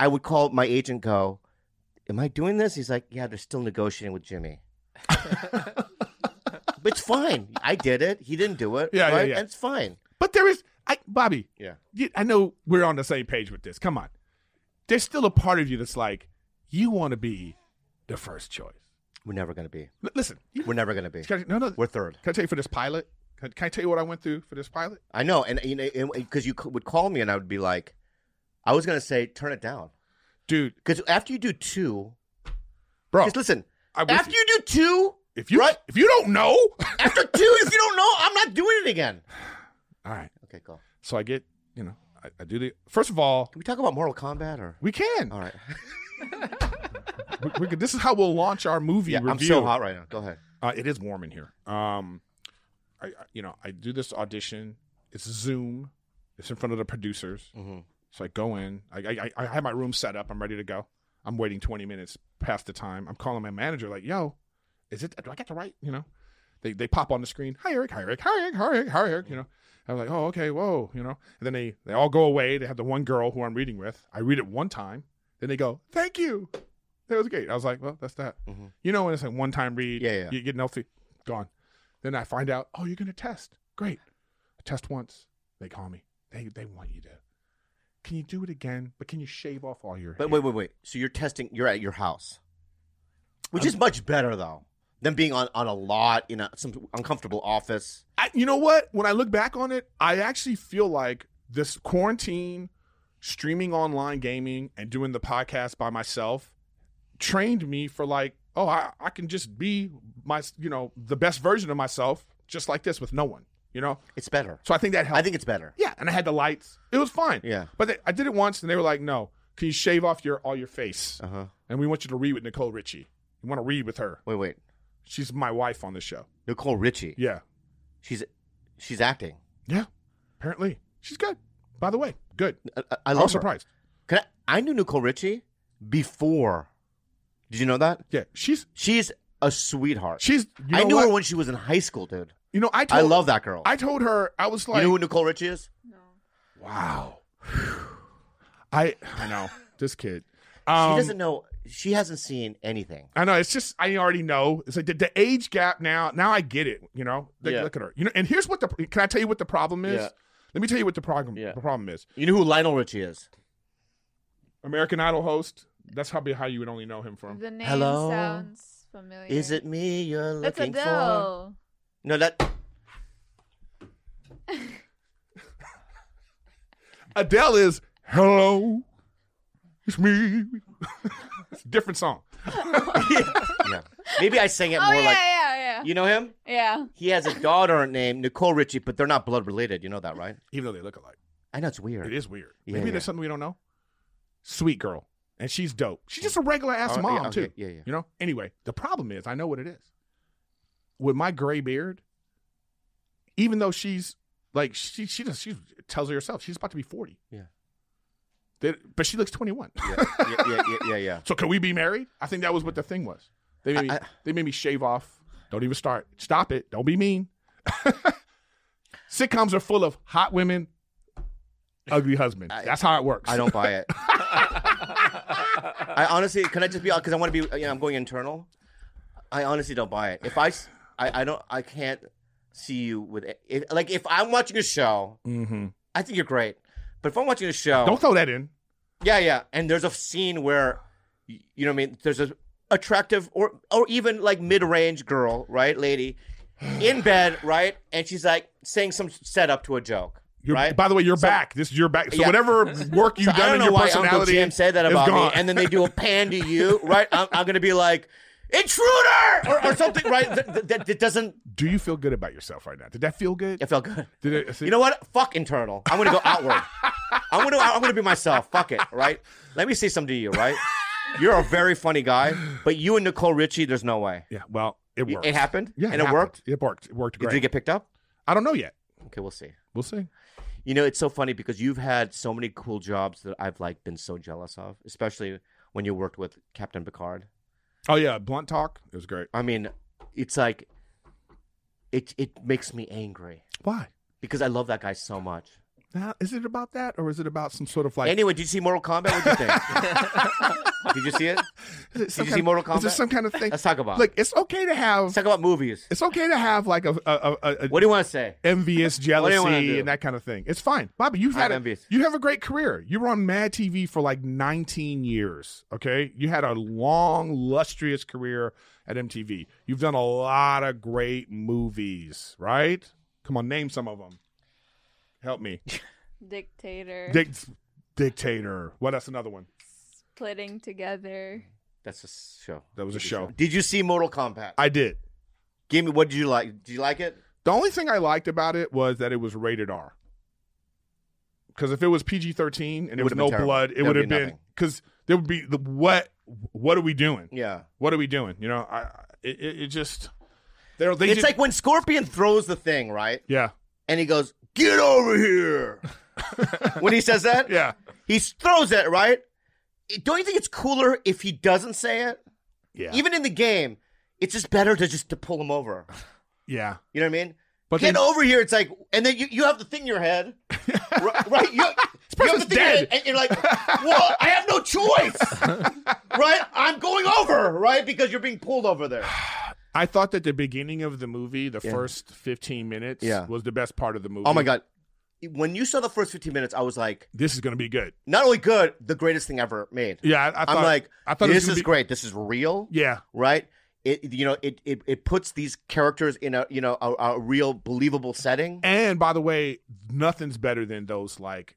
I would call my agent, go, "Am I doing this?" He's like, "Yeah, they're still negotiating with Jimmy." But it's fine. I did it. He didn't do it.
Yeah, yeah,
right?
yeah.
And it's fine.
but there is, I, Bobby.
Yeah.
you- I know we're on the same page with this. Come on. There's still a part of you that's like, you want to be the first choice.
We're never gonna be.
L- listen, you-
We're never gonna be.
can I, no, no.
We're third.
Can I tell you for this pilot? Can, can I tell you what I went through for this pilot?
I know, and you know, because you c- would call me, and I would be like, I was gonna say, turn it down,
Dude,
because after you do two,
bro,
just listen.
I'm with
After you. do two,
if you
right?
if you don't know, all
after two, if you don't know, I'm not doing it again.
right.
Okay, cool.
So I get, you know, I, I do the first of all,
Can we talk about Mortal Kombat or?
we can.
All right,
We- we can- this is how we'll launch our movie
yeah,
review.
I'm so hot right now. Go ahead.
Uh, it is warm in here. Um, I, I you know I do this audition. It's Zoom. It's in front of the producers.
Mhm.
So I go in. I, I I I have my room set up. I'm ready to go. I'm waiting 20 minutes past the time. I'm calling my manager like, "Yo, is it? Do I get the right? You know?" They they pop on the screen. Hi Eric. Hi Eric. Hi Eric. Hi Eric. Hi Eric. You know. I'm like, "Oh, okay. Whoa." You know. And then they they all go away. They have the one girl who I'm reading with. I read it one time. Then they go, "Thank you." That was great. I was like, "Well, that's that." You know when it's like one time read.
Mm-hmm. Yeah, yeah.
You get no fee. Gone. Then I find out, oh, you're gonna test. Great. I test once. They call me. They they want you to. Can you do it again? But can you shave off all your?
But wait, wait, wait. So you're testing. You're at your house, which is much better though Them being on, on a lot in a, some uncomfortable office.
I, you know what? When I look back on it, I actually feel like this quarantine, streaming online gaming, and doing the podcast by myself trained me for like, oh, I, I can just be my, you know, the best version of myself, just like this with no one, you know?
It's better.
So I think that helped.
I think it's better.
yeah. And I had the lights. It was fine.
Yeah.
But they, I did it once and they were like, no, can you shave off your all your face?
Uh huh.
And we want you to read with Nicole Richie. You want to read with her.
Wait, wait.
She's my wife on the show.
Nicole Richie.
Yeah.
She's she's acting.
Yeah, apparently she's good. By the way, good.
I, I- I
I
love her.
was surprised.
Can I, I knew Nicole Richie before. Did you know that?
Yeah, she's
She's a sweetheart.
she's. You know
I knew
what?
her when she was in high school, dude.
You know, I told,
I love that girl.
I told her I was like,
you know who Nicole Richie is?
wow. I I know this kid.
she
Um,
doesn't know. She hasn't seen anything.
I know. It's just I already know. It's like the, the age gap now. Now I get it. You know, like,
Yeah.
look at her. You know, and here's what the can I tell you what the problem is?
Yeah.
Let me tell you what the problem
Yeah.
the problem is.
You know who Lionel Richie is?
American Idol host. That's probably how you would only know him from.
The name
Hello?
sounds familiar.
Is it me you're
That's
looking for?
Adele.
No, that
Adele is hello. It's me. it's a different song.
yeah. Maybe I sang it
Oh
more
yeah,
like
yeah, yeah,
you know him.
yeah.
He has a daughter named Nicole Richie, but they're not blood related. You know that, right?
Even though they look alike.
I know it's weird.
It is weird.
Yeah,
Maybe
yeah.
there's something we don't know. Sweet girl. And she's dope. She's just a regular ass
Oh,
mom,
yeah, okay,
too.
yeah, yeah.
You know? Anyway, the problem is, I know what it is. With my gray beard, even though she's like, she she, does, she tells her herself she's about to be 40.
Yeah.
That- but she looks 21.
Yeah, yeah, yeah, yeah, yeah, yeah.
So can we be married? I think that was what the thing was. They made me,
I- I-
they made me shave off. Don't even start. Stop it. Don't be mean. Sitcoms are full of hot women, ugly husbands. That's how it works.
I don't buy it. I honestly, can I just be because I want to be. You know, I'm going internal. I honestly don't buy it. If I, s- I, I don't, I can't see you with if, like if I'm watching a show.
Mhm.
I think you're great, but if I'm watching a show,
Don't throw that in.
yeah, yeah, and there's a scene where, y- you know, what I mean, there's a attractive or or even like mid range girl, right, lady, in bed, right, and she's like saying some setup to a joke,
You're,
right.
By the way, you're
So-
back. This is your back. So
Yeah.
whatever work you've
So I
done
don't
in
know
your
why Uncle
personality,
Jim said that
is
about
gone.
me, and then they do a pan to you, right? I'm, I'm gonna be like, intruder or, or something, right? That, that- that, that doesn't.
do you feel good about yourself right now? Did that feel good?
It felt good.
Did it?
You know what? Fuck internal. I'm gonna go outward. I'm gonna I'm gonna be myself. Fuck it, right? Let me say something to you, right? You're a very funny guy, but you and Nicole Richie, there's no way.
Yeah. Well, it worked.
It happened,
Yeah,
and it,
happened.
worked.
It worked. It worked
Did you
great.
get picked up?
I don't know yet.
Okay, we'll see.
We'll see.
You know, it's so funny because you've had so many cool jobs that I've like been so jealous of, especially when you worked with Captain Picard.
Oh yeah, blunt talk. It was great.
I mean, it's like it it makes me angry
Why?
because I love that guy so much.
Now, is it about that, or is it about some sort of like?
anyway, did you see Mortal Kombat? What did you think? did you see it?
is it some
you
kind
see Mortal
Is there
Kombat?
some kind of thing?
Let's talk about
Look,
it.
it's okay to have.
Let's talk about movies.
It's okay to have like a a, a, a
What do you want to say?
envious
do you wanna
jealousy
do?
and that kind of thing. It's fine, Bobby. You've
I'm
had a,
envious.
you have a great career. You were on Mad TV for like 19 years. Okay, you had a long, lustrous career at MTV. You've done a lot of great movies, right? Come on, name some of them. Help me.
Dictator.
Dic- Dictator. What? That's another one.
splitting together.
That's a show.
That was a show.
Did you see Mortal Kombat?
I did.
Give me what did you like? Did you like it?
The only thing I liked about it was that it was rated R. Because if it was PG thirteen and there was
would've
no
been terrible.
blood, it
That'd
would have
be
been
nothing.
because there would be the what? What are we doing?
Yeah.
What are we doing? You know, I I- it, it, it just they're they
it's
just,
like when Scorpion throws the thing, right?
yeah
And he goes, "Get over here." when he says that,
yeah
he throws it, right? Don't you think it's cooler if he doesn't say it?
yeah
even in the game, it's just better to just to pull him over.
yeah.
You know what I mean?
But
Get
they-
over here. It's like, and then you, you have the thing in your head, right? right? You, this
person's dead.
and you're like, well, I have no choice, right? I'm going over, right? Because you're being pulled over there.
I thought that the beginning of the movie, the first fifteen minutes,
Yeah.
was the best part of the movie.
Oh my god! When you saw the first 15 minutes, I was like,
this is gonna be good.
not only good, the greatest thing ever made.
Yeah, I, I thought,
I'm like,
I thought it was
this
gonna
is
be-
great. This is real,
Yeah,
right? it you know it it, it puts these characters in a you know a, a real believable setting.
And by the way, nothing's better than those like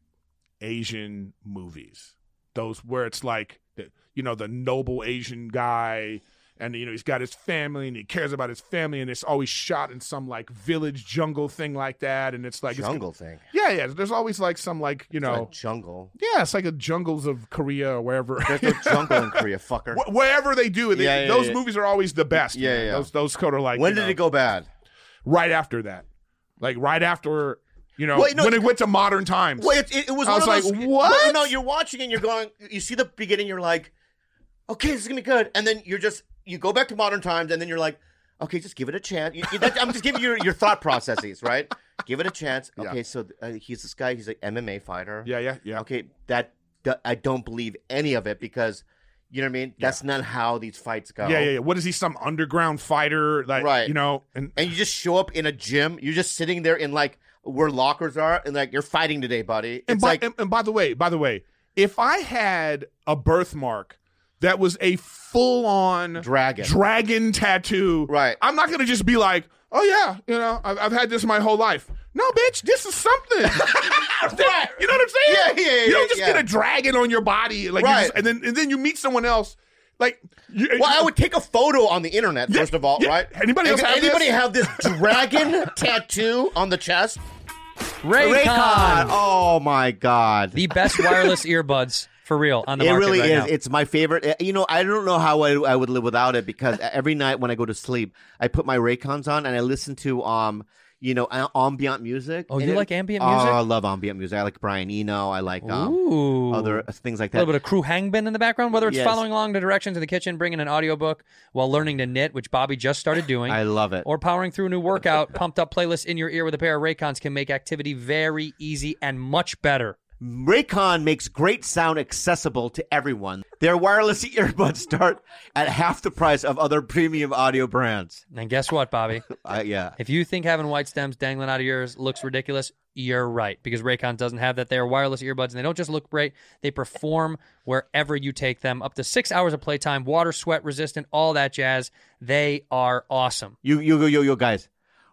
Asian movies. Those where it's like the- you know the noble Asian guy and you know he's got his family and he cares about his family and it's always shot in some like village jungle thing like that and it's like it's-
jungle thing.
yeah, yeah, there's always like some like, you
It's not
know,
jungle.
yeah, it's like a jungles of Korea or wherever.
There's no jungle in Korea, fucker.
Wh- wherever they do, they,
Yeah, yeah,
those
yeah.
movies are always the best.
Yeah,
man.
yeah.
Those those code are like
when
you
did
know,
it go bad?
right after that. Like right after, you know,
Wait, no,
when it
it-
went to modern times.
Well, it, it, it was.
I
one
was
of
like,
those,
"What?"
well, No, you're watching and you're going. You see the beginning, you're like, okay, this is gonna be good, and then you're just you go back to modern times, and then you're like, okay, just give it a chance. You- you- that- I'm just giving you your thought processes, right? Give it a chance.
Yeah.
Okay, so uh, he's this guy. He's an MMA fighter.
yeah, yeah, yeah.
Okay, that, that I don't believe any of it because you know what I mean. That's not how these fights go.
Yeah, yeah, yeah. What is he? Some underground fighter, like
Right.
you know, and
And you just show up in a gym. You're just sitting there in like where lockers are, and like you're fighting today, buddy. It's
and by,
like
and, and by the way, by the way, if I had a birthmark that was a full on
Dragon.
dragon tattoo,
Right.
I'm not gonna just be like, oh yeah, you know, I've, I've had this my whole life. No, bitch, this is something. That- you know what I'm saying?
Yeah, yeah, yeah,
You don't just
yeah.
get a dragon on your body, like, you
Right.
just- and then and then you meet someone else, like, you,
Well, I would take a photo on the internet
Yeah,
first of all, right?
yeah. Anybody else
Does
have
anybody
this?
have this dragon tattoo on the chest?
Raycon,
Oh my god.
the best wireless earbuds for real on the
it
market
really
right
is.
now.
It's my favorite. Uh, You know, I don't know how I, I would live without it because e-, every night when I go to sleep, I put my Raycons on and I listen to um, you know, a- ambient music.
Oh,
And
you
it-
like ambient
Oh,
music?
I love ambient music. I like Brian Eno. I like um,
Ooh.
other things like
a
that.
little bit of crew hangbin in the background, whether it's
Yes.
following along the directions in the kitchen, bringing an audiobook while learning to knit, which Bobby just started doing,
I love it.
or powering through a new workout, pumped up playlist in your ear with a pair of Raycons can make activity very easy and much better.
Raycon makes great sound accessible to everyone. Their wireless earbuds start at half the price of other premium audio brands.
And guess what, Bobby?
Uh, yeah.
If you think having white stems dangling out of yours looks ridiculous, you're right because Raycon doesn't have that. They are wireless earbuds and they don't just look great, they perform wherever you take them. Up to six hours of playtime, water, sweat resistant, all that jazz. They are awesome.
You, you, you, you guys.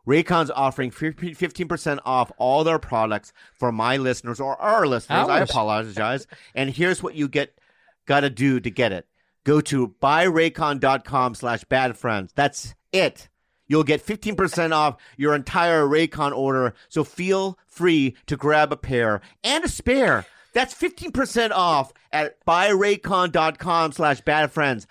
Raycon's offering fif- 15% off all their products for my listeners or our listeners. I
Ours.
apologize. and here's what you get got to do to get it. Go to buyraycon.com slash bad friends. That's it. You'll get 15% off your entire Raycon order. So feel free to grab a pair and a spare. That's 15% off at buyraycon.com slash bad friends.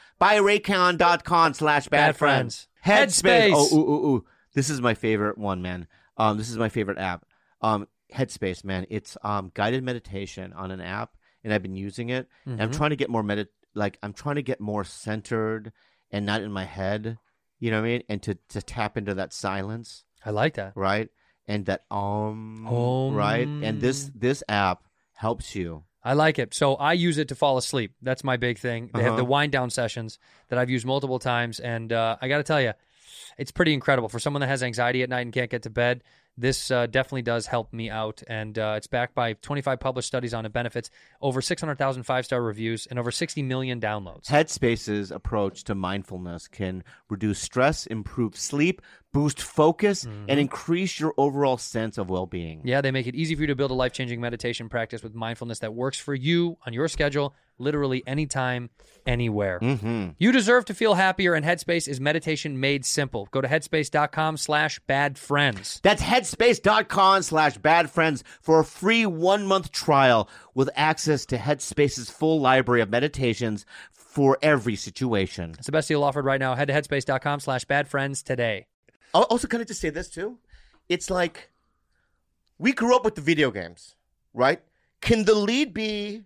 Buyraycon.com slash bad friends.
Bad friends.
Headspace.
Headspace.
Oh, ooh, ooh, ooh. This is my favorite one, man. Um, this is my favorite app. Um, Headspace, man. It's um guided meditation on an app, and I've been using it. And I'm trying to get more medit, like I'm trying to get more centered and not in my head. You know what I mean? And to to tap into that silence,
I like that.
right? And that um,
Om.
right? And this this app helps you.
I like it. So I use it to fall asleep. That's my big thing. They have
Uh-huh.
the wind down sessions that I've used multiple times, and uh, I got to tell you, it's pretty incredible for someone that has anxiety at night and can't get to bed. This uh, definitely does help me out, and uh, it's backed by 25 published studies on the benefits, over 600,000 five star reviews, and over 60 million downloads.
Headspace's approach to mindfulness can reduce stress, improve sleep, boost focus, and increase your overall sense of well being.
Yeah, they make it easy for you to build a life changing meditation practice with mindfulness that works for you on your schedule, literally anytime, anywhere.
Mm-hmm.
You deserve to feel happier, and Headspace is meditation made simple. Go to headspace.com slash bad friends.
That's headspace.com slash bad friends for a free one month trial with access to Headspace's full library of meditations for every situation.
It's the best deal offered right now. Head to headspace.com slash bad friends today.
Al- Also, can I just say this too? It's like we grew up with the video games, right? Can the lead be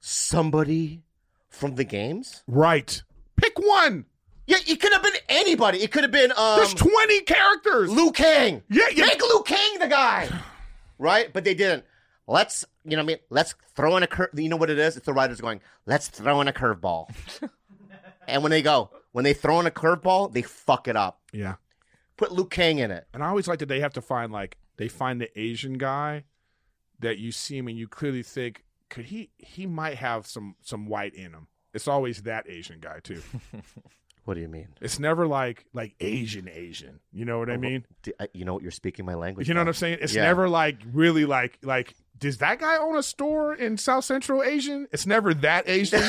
somebody from the games?
right. Pick one.
Yeah, it could have been anybody. It could have been um,
There's 20 characters.
Liu Kang.
Yeah, yeah.
Make Liu Kang the guy. Right? But they didn't. Let's, you know what I mean? Let's throw in a curve. You know what it is? It's the writers going, let's throw in a curveball. and when they go, when they throw in a curveball, they fuck it up.
yeah.
Put Liu Kang in it.
And I always like that they have to find like they find the Asian guy that you see him and you clearly think could he he might have some some white in him. It's always that Asian guy too.
What do you mean?
It's never like like Asian Asian. You know what I mean?
Do- I- uh, you know what? You're speaking my language.
You know
now.
what I'm saying? It's
Oh, Yeah.
never like really like like does that guy own a store in South Central Asian? It's never that Asian.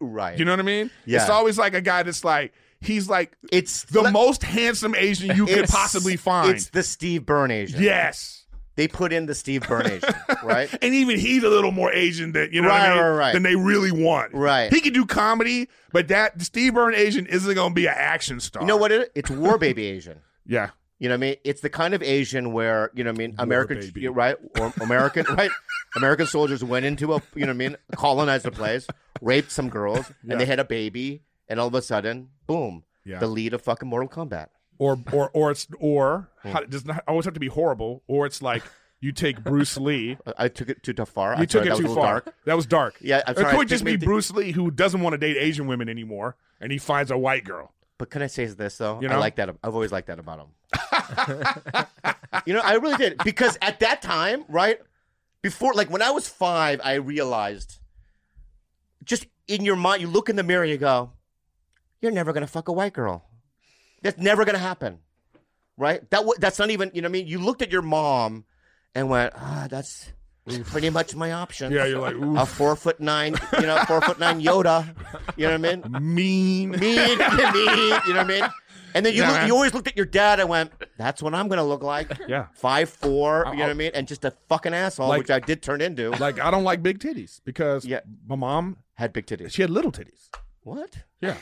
Right.
you know what I mean?
Yeah.
It's always like a guy that's like he's like
it's
the
le-
most handsome Asian you could
it's-
possibly find.
It's the Steve Byrne Asian.
yes.
They put in the Steve Byrne Asian, right?
And even he's a little more Asian than you know what I
Right,
mean?
right, right.
than they really want.
Right.
He could do comedy, but that Steve Byrne Asian isn't gonna be an action star.
You know what? It, it's War Baby Asian.
Yeah.
You know what I mean? It's the kind of Asian where you know what I mean American
baby.
yeah, right or American right American soldiers went into a you know what I mean colonized a place, raped some girls,
Yeah.
and they had a baby, and all of a sudden, boom,
Yeah.
the lead of fucking Mortal Kombat.
or or or it's or
Hmm.
how, it does not always have to be horrible. Or it's like you take Bruce Lee.
I- I took it too, too far.
You
I
took it
that was a
too
little
far.
Dark.
That was dark.
Yeah, I'm
it
sorry,
could just be
take me-
Bruce Lee who doesn't want to date Asian women anymore, and he finds a white girl.
But can I say this though?
You
I
know?
like that. I've always liked that about him. you know, I really did because at that time, right before, like when I was five, I realized just in your mind, you look in the mirror, you go, "You're never gonna fuck a white girl. That's never gonna happen." Right? That wa- that's not even. You know what I mean? You looked at your mom and went, "Ah, that's." Pretty much my option.
Yeah, you're like, ooh,
a four foot nine, you know, four foot nine Yoda. You know what I mean?
mean.
mean, mean, you know what I mean? And then you
Yeah,
look,
man.
you always looked at your dad and went, "That's what I'm gonna look like."
Yeah.
five four, you know what I mean? And just a fucking asshole,
Like-
which I did turn into.
Like I don't like big titties because
Yeah.
my mom
had big titties.
she had little titties.
What?
Yeah,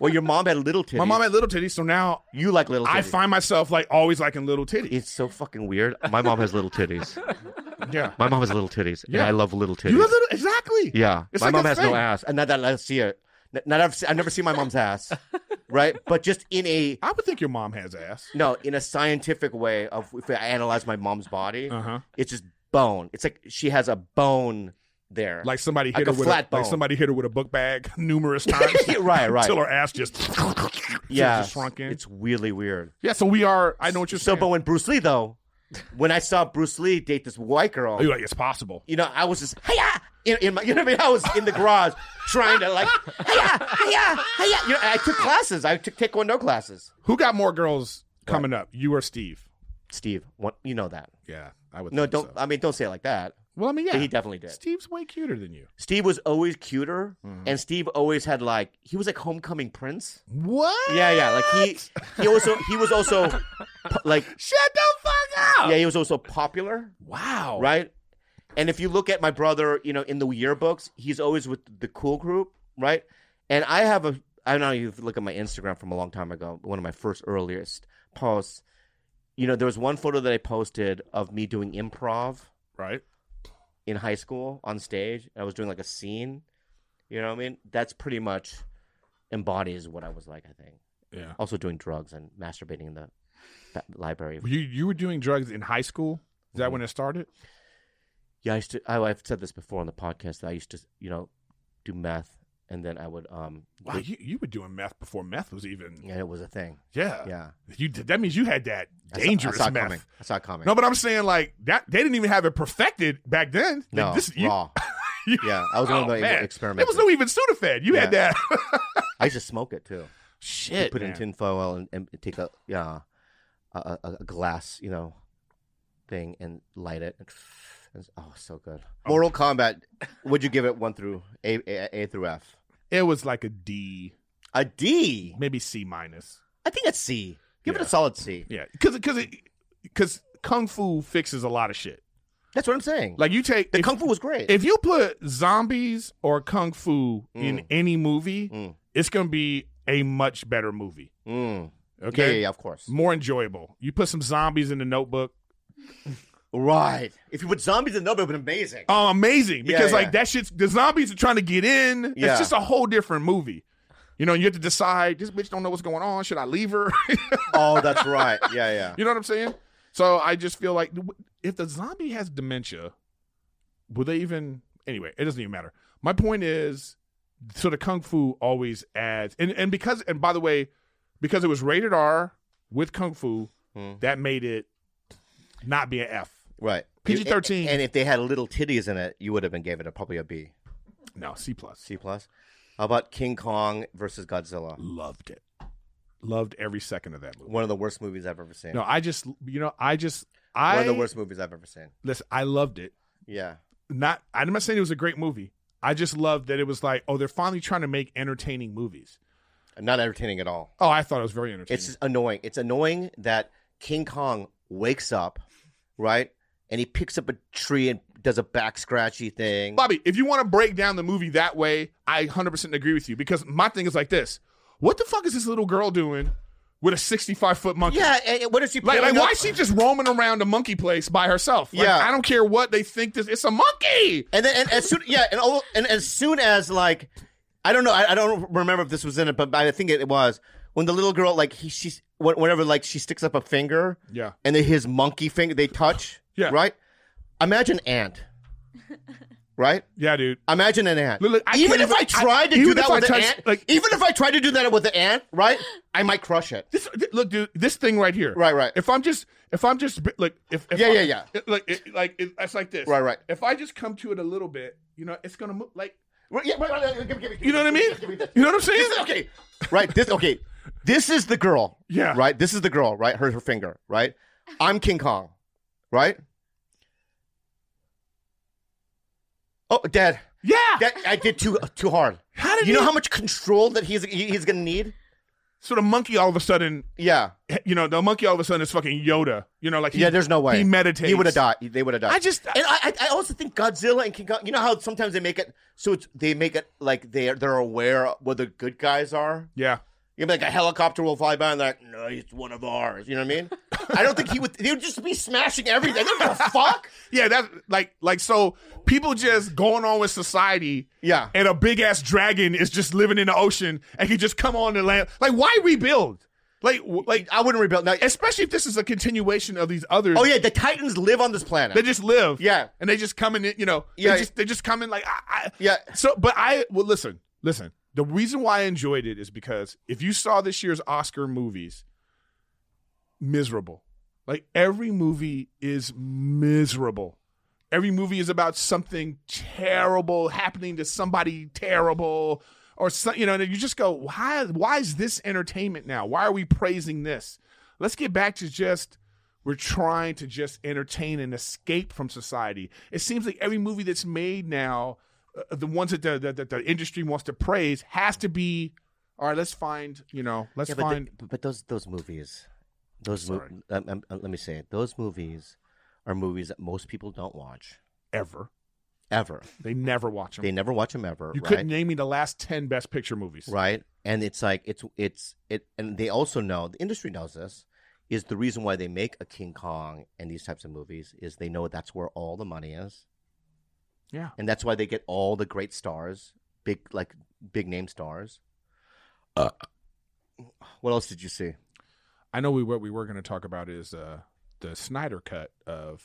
Well, your mom had little titties.
my mom had little titties, so now
You like little? Titties.
I find myself like always liking little titties.
it's so fucking weird. My mom has little titties.
Yeah,
My mom has little titties, and
Yeah.
I love little titties.
you have little exactly.
yeah,
It's
my
like
mom
a
has
thing.
no ass, and not that I see it. N- Not I've, se- I've never seen my mom's ass, right? But just in a
I would think your mom has ass.
no, in a scientific way of if I analyze my mom's body,
Uh huh.
It's just bone. It's like she has a bone there.
Like somebody hit
Like
her
a
with
flat
a, like
bone.
somebody hit her with a book bag numerous times.
right, right.
Until her ass just
yeah,
just shrunk in.
It's really weird.
yeah. So we are. I know what you're
So,
saying.
but when Bruce Lee though, when I saw Bruce Lee date this white girl,
You're like it's possible.
you know, I was just hiya in, in my, you know what I mean? I was in the garage trying to like hiya, hiya, hiya. You know, I took classes. I took taekwondo classes.
Who got more girls coming up? You or Steve?
Steve, what, you know that?
Yeah, I would.
No,
think so.
don't. I mean, don't say it like that.
well, I mean, yeah,
But he definitely did.
Steve's way cuter than you.
Steve was always cuter, and Steve always had like he was like homecoming prince.
What?
Yeah, yeah. Like he he also he was also po- like
Shut the fuck up.
yeah, he was also popular,
Wow.
right? And if you look at my brother, you know, in the yearbooks, he's always with the cool group, right? And I have a I don't know if you look at my Instagram from a long time ago, one of my first earliest posts. You know, there was one photo that I posted of me doing improv
Right.
in high school on stage. I was doing like a scene. You know what I mean? That's pretty much embodies what I was like, I think.
Yeah.
also doing drugs and masturbating in the ba- library.
You you were doing drugs in high school. Is
Mm-hmm.
that when it started?
Yeah, I used to. I, I've said this before on the podcast that I used to, you know, do meth, and then I would. Um,
Wow, you, you were doing meth before meth was even.
yeah, it was a thing.
Yeah.
Yeah,
You did, that means you had that
I saw-
dangerous
I saw, it
meth.
coming. I saw it coming.
No, but I'm saying like that they didn't even have it perfected back then. Like,
no,
this- you-
raw.
you-
yeah, I was one of
Oh,
the
man.
experiments.
There was no even Sudafed. You had that.
e I used to smoke it too.
Shit.
Put it in
man.
tin foil and, and take a yeah, a, a, a glass, you know, thing and light it. And, and- oh, so good. Mortal Kombat. Would you give it one through a, a, a through F?
It was like a D,
A D.
maybe C minus.
I think it's C. Give it
Yeah.
a solid C.
Yeah, because because because kung fu fixes a lot of shit.
That's what I'm saying. Like
Like you take
the
if,
kung fu was great.
if you put zombies or kung fu in
Mm.
any movie,
Mm.
it's gonna be a much better movie.
Mm.
Okay,
Yeah, yeah, yeah, of course.
more enjoyable. You put some zombies in the Notebook.
Right. If you put zombies in the number, it would be amazing.
Oh, amazing!
Yeah,
Because
yeah.
like that shit's the zombies are trying to get in.
Yeah.
It's just a whole different movie. You know, you have to decide. This bitch don't know what's going on. Should I leave her?
Oh, that's right. Yeah, yeah.
you know what I'm saying? So I just feel like if the zombie has dementia, will they even? Anyway, it doesn't even matter. My point is, so the kung fu always adds, and and because and by the way, because it was rated R with kung fu,
Hmm.
that made it not be an F.
Right.
PG-13.
And if they had little titties in it, you would have been gave it a, probably a B,
No, C plus.
C plus. How about King Kong versus Godzilla?
Loved it. Loved every second of that movie.
One of the worst movies I've ever seen.
No, I just you know I just
One
I
of the worst movies I've ever seen.
listen. I loved it.
Yeah.
Not I'm not saying it was a great movie. I just loved that it was like oh they're finally trying to make entertaining movies.
Not entertaining at all.
Oh I thought it was very entertaining.
It's just annoying. It's annoying that King Kong wakes up, right? And he picks up a tree and does a back scratchy thing.
Bobby, if you want to break down the movie that way, I 100% agree with you because my thing is like this. What the fuck is this little girl doing with a 65 foot monkey?
yeah, and and what is he
Like, like
pulling
why
up-
is she just roaming around a monkey place by herself? Like,
Yeah.
I don't care what they think this it's a monkey.
And then, and as soon, yeah, and, all, and as soon as like, I don't know, I, I don't remember if this was in it, but I think it, was when the little girl like he she's when- whenever like she sticks up a finger,
Yeah.
and then his monkey finger they touch,
Yeah.
right. Imagine ant, right?
Yeah, dude.
Imagine an ant.
Look, look, I
even
can't
if
even-
I tried
I-
to do
even
that
if I
with an
touched,
ant,
like-
even if I tried to do that with the ant, right? I might crush it.
This th- look, dude, this thing right here.
Right, right.
If I'm just if I'm just like if, if
Yeah,
I'm-
yeah, yeah.
it- like it, like it, it's like this.
Right, right.
If I just come to it a little bit, you know, it's going to move like
Right, yeah, right, right, right, give me- give me- give
you know what I
me-
mean?
give me this.
You know what I'm saying?
This is- okay, right? This okay. This is the girl.
Yeah.
Right. This is the girl. Right. Her her finger. Right. I'm King Kong. Right. Oh, Dad.
Yeah.
That I did too too hard.
How did
You know
he-
how much control that he's he- he's gonna need?
So the monkey all of a sudden,
Yeah.
you know, the monkey all of a sudden is fucking Yoda. You know, like he,
yeah. There's no way
he meditates.
He would have died. They would have died.
I just-
and I I- I also think Godzilla and King Kong. You know how sometimes they make it so it's they make it like they are they're aware of what the good guys are.
Yeah,
You'd be like a helicopter will fly by and they're like, no, he's one of ours. You know what I mean? I don't think he would. They would just be smashing everything. They don't give a fuck.
yeah. That like like so people just going on with society.
Yeah.
and a big ass dragon is just living in the ocean and can just come on the land. Like why rebuild? Like w- like
I wouldn't rebuild. Now,
especially if this is a continuation of these others.
oh yeah, the Titans live on this planet.
They just live.
Yeah.
And they just come in, you know,
Yeah.
they just they just come in like I, I
Yeah.
So but I well listen, listen. The reason why I enjoyed it is because if you saw this year's Oscar movies, miserable. Like every movie is miserable. Every movie is about something terrible happening to somebody terrible or some, you know, and you just go, why why is this entertainment now? Why are we praising this? Let's get back to just we're trying to just entertain and escape from society. It seems like every movie that's made now, uh, the ones that the, that that the industry wants to praise, has to be, all right. Let's find, you know, let's
Yeah, but,
find.
the- but those those movies, those mo-
Sorry.
um, um, uh, let me say it. Those movies are movies that most people don't watch
ever.
ever.
They never watch them.
They never watch them ever.
you
right?
couldn't name me the last ten best picture movies.
right? And it's like it's it's it, and they also know the industry knows this is the reason why they make a King Kong and these types of movies is they know that's where all the money is,
Yeah.
and that's why they get all the great stars, big like big name stars. Uh, what else did you see?
I know we what we were going to talk about is uh, the Snyder cut of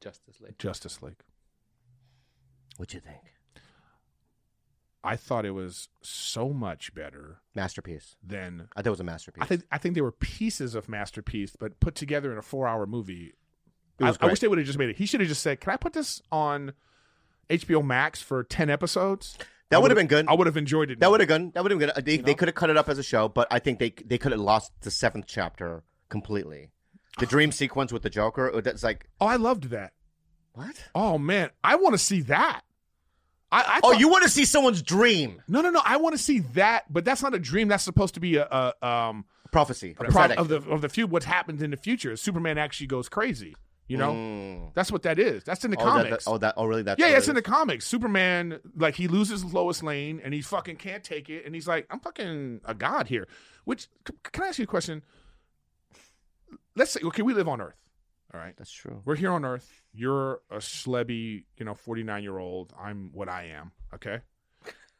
Justice League.
Justice League.
What'd you think?
I thought it was so much better
Masterpiece.
than
I thought it was a masterpiece.
I think. I think they were pieces of masterpiece, but put together in a four-hour movie.
It was
I, I wish
great.
they would have just made it. He should have just said, "Can I put this on HBO Max for ten episodes?"
That
I
would've
would've-
been good.
I would have enjoyed it.
that
more.
would have gone. That would have gone. Uh, They,
know?
they could have cut it up as a show, but I think they they could have lost the seventh chapter completely. The dream sequence with the Joker. uh, That's like
Oh, I loved that.
what?
Oh man, I want to see that. I, I
Oh,
thought-
you want to see someone's dream
No, no, no. I want to see that, but that's not a dream. That's supposed to be a, a um
prophecy?
a product
prophetic.
of the of the few what's happened in the future. is Superman actually goes crazy. You know, that's what that is. That's in the
oh, Mm. that-
comics.
That, oh, that. Oh, really? That's
yeah,
what
yeah,
it
it's in the
is?
comics. Superman like he loses Lois Lane and he fucking can't take it, and he's like, I'm fucking a god here. Which c- can I ask you a question? Let's say okay, we live on Earth. All right.
That's true.
We're here on Earth. You're a schlebby, you know, 49 year old. I'm what I am. Okay.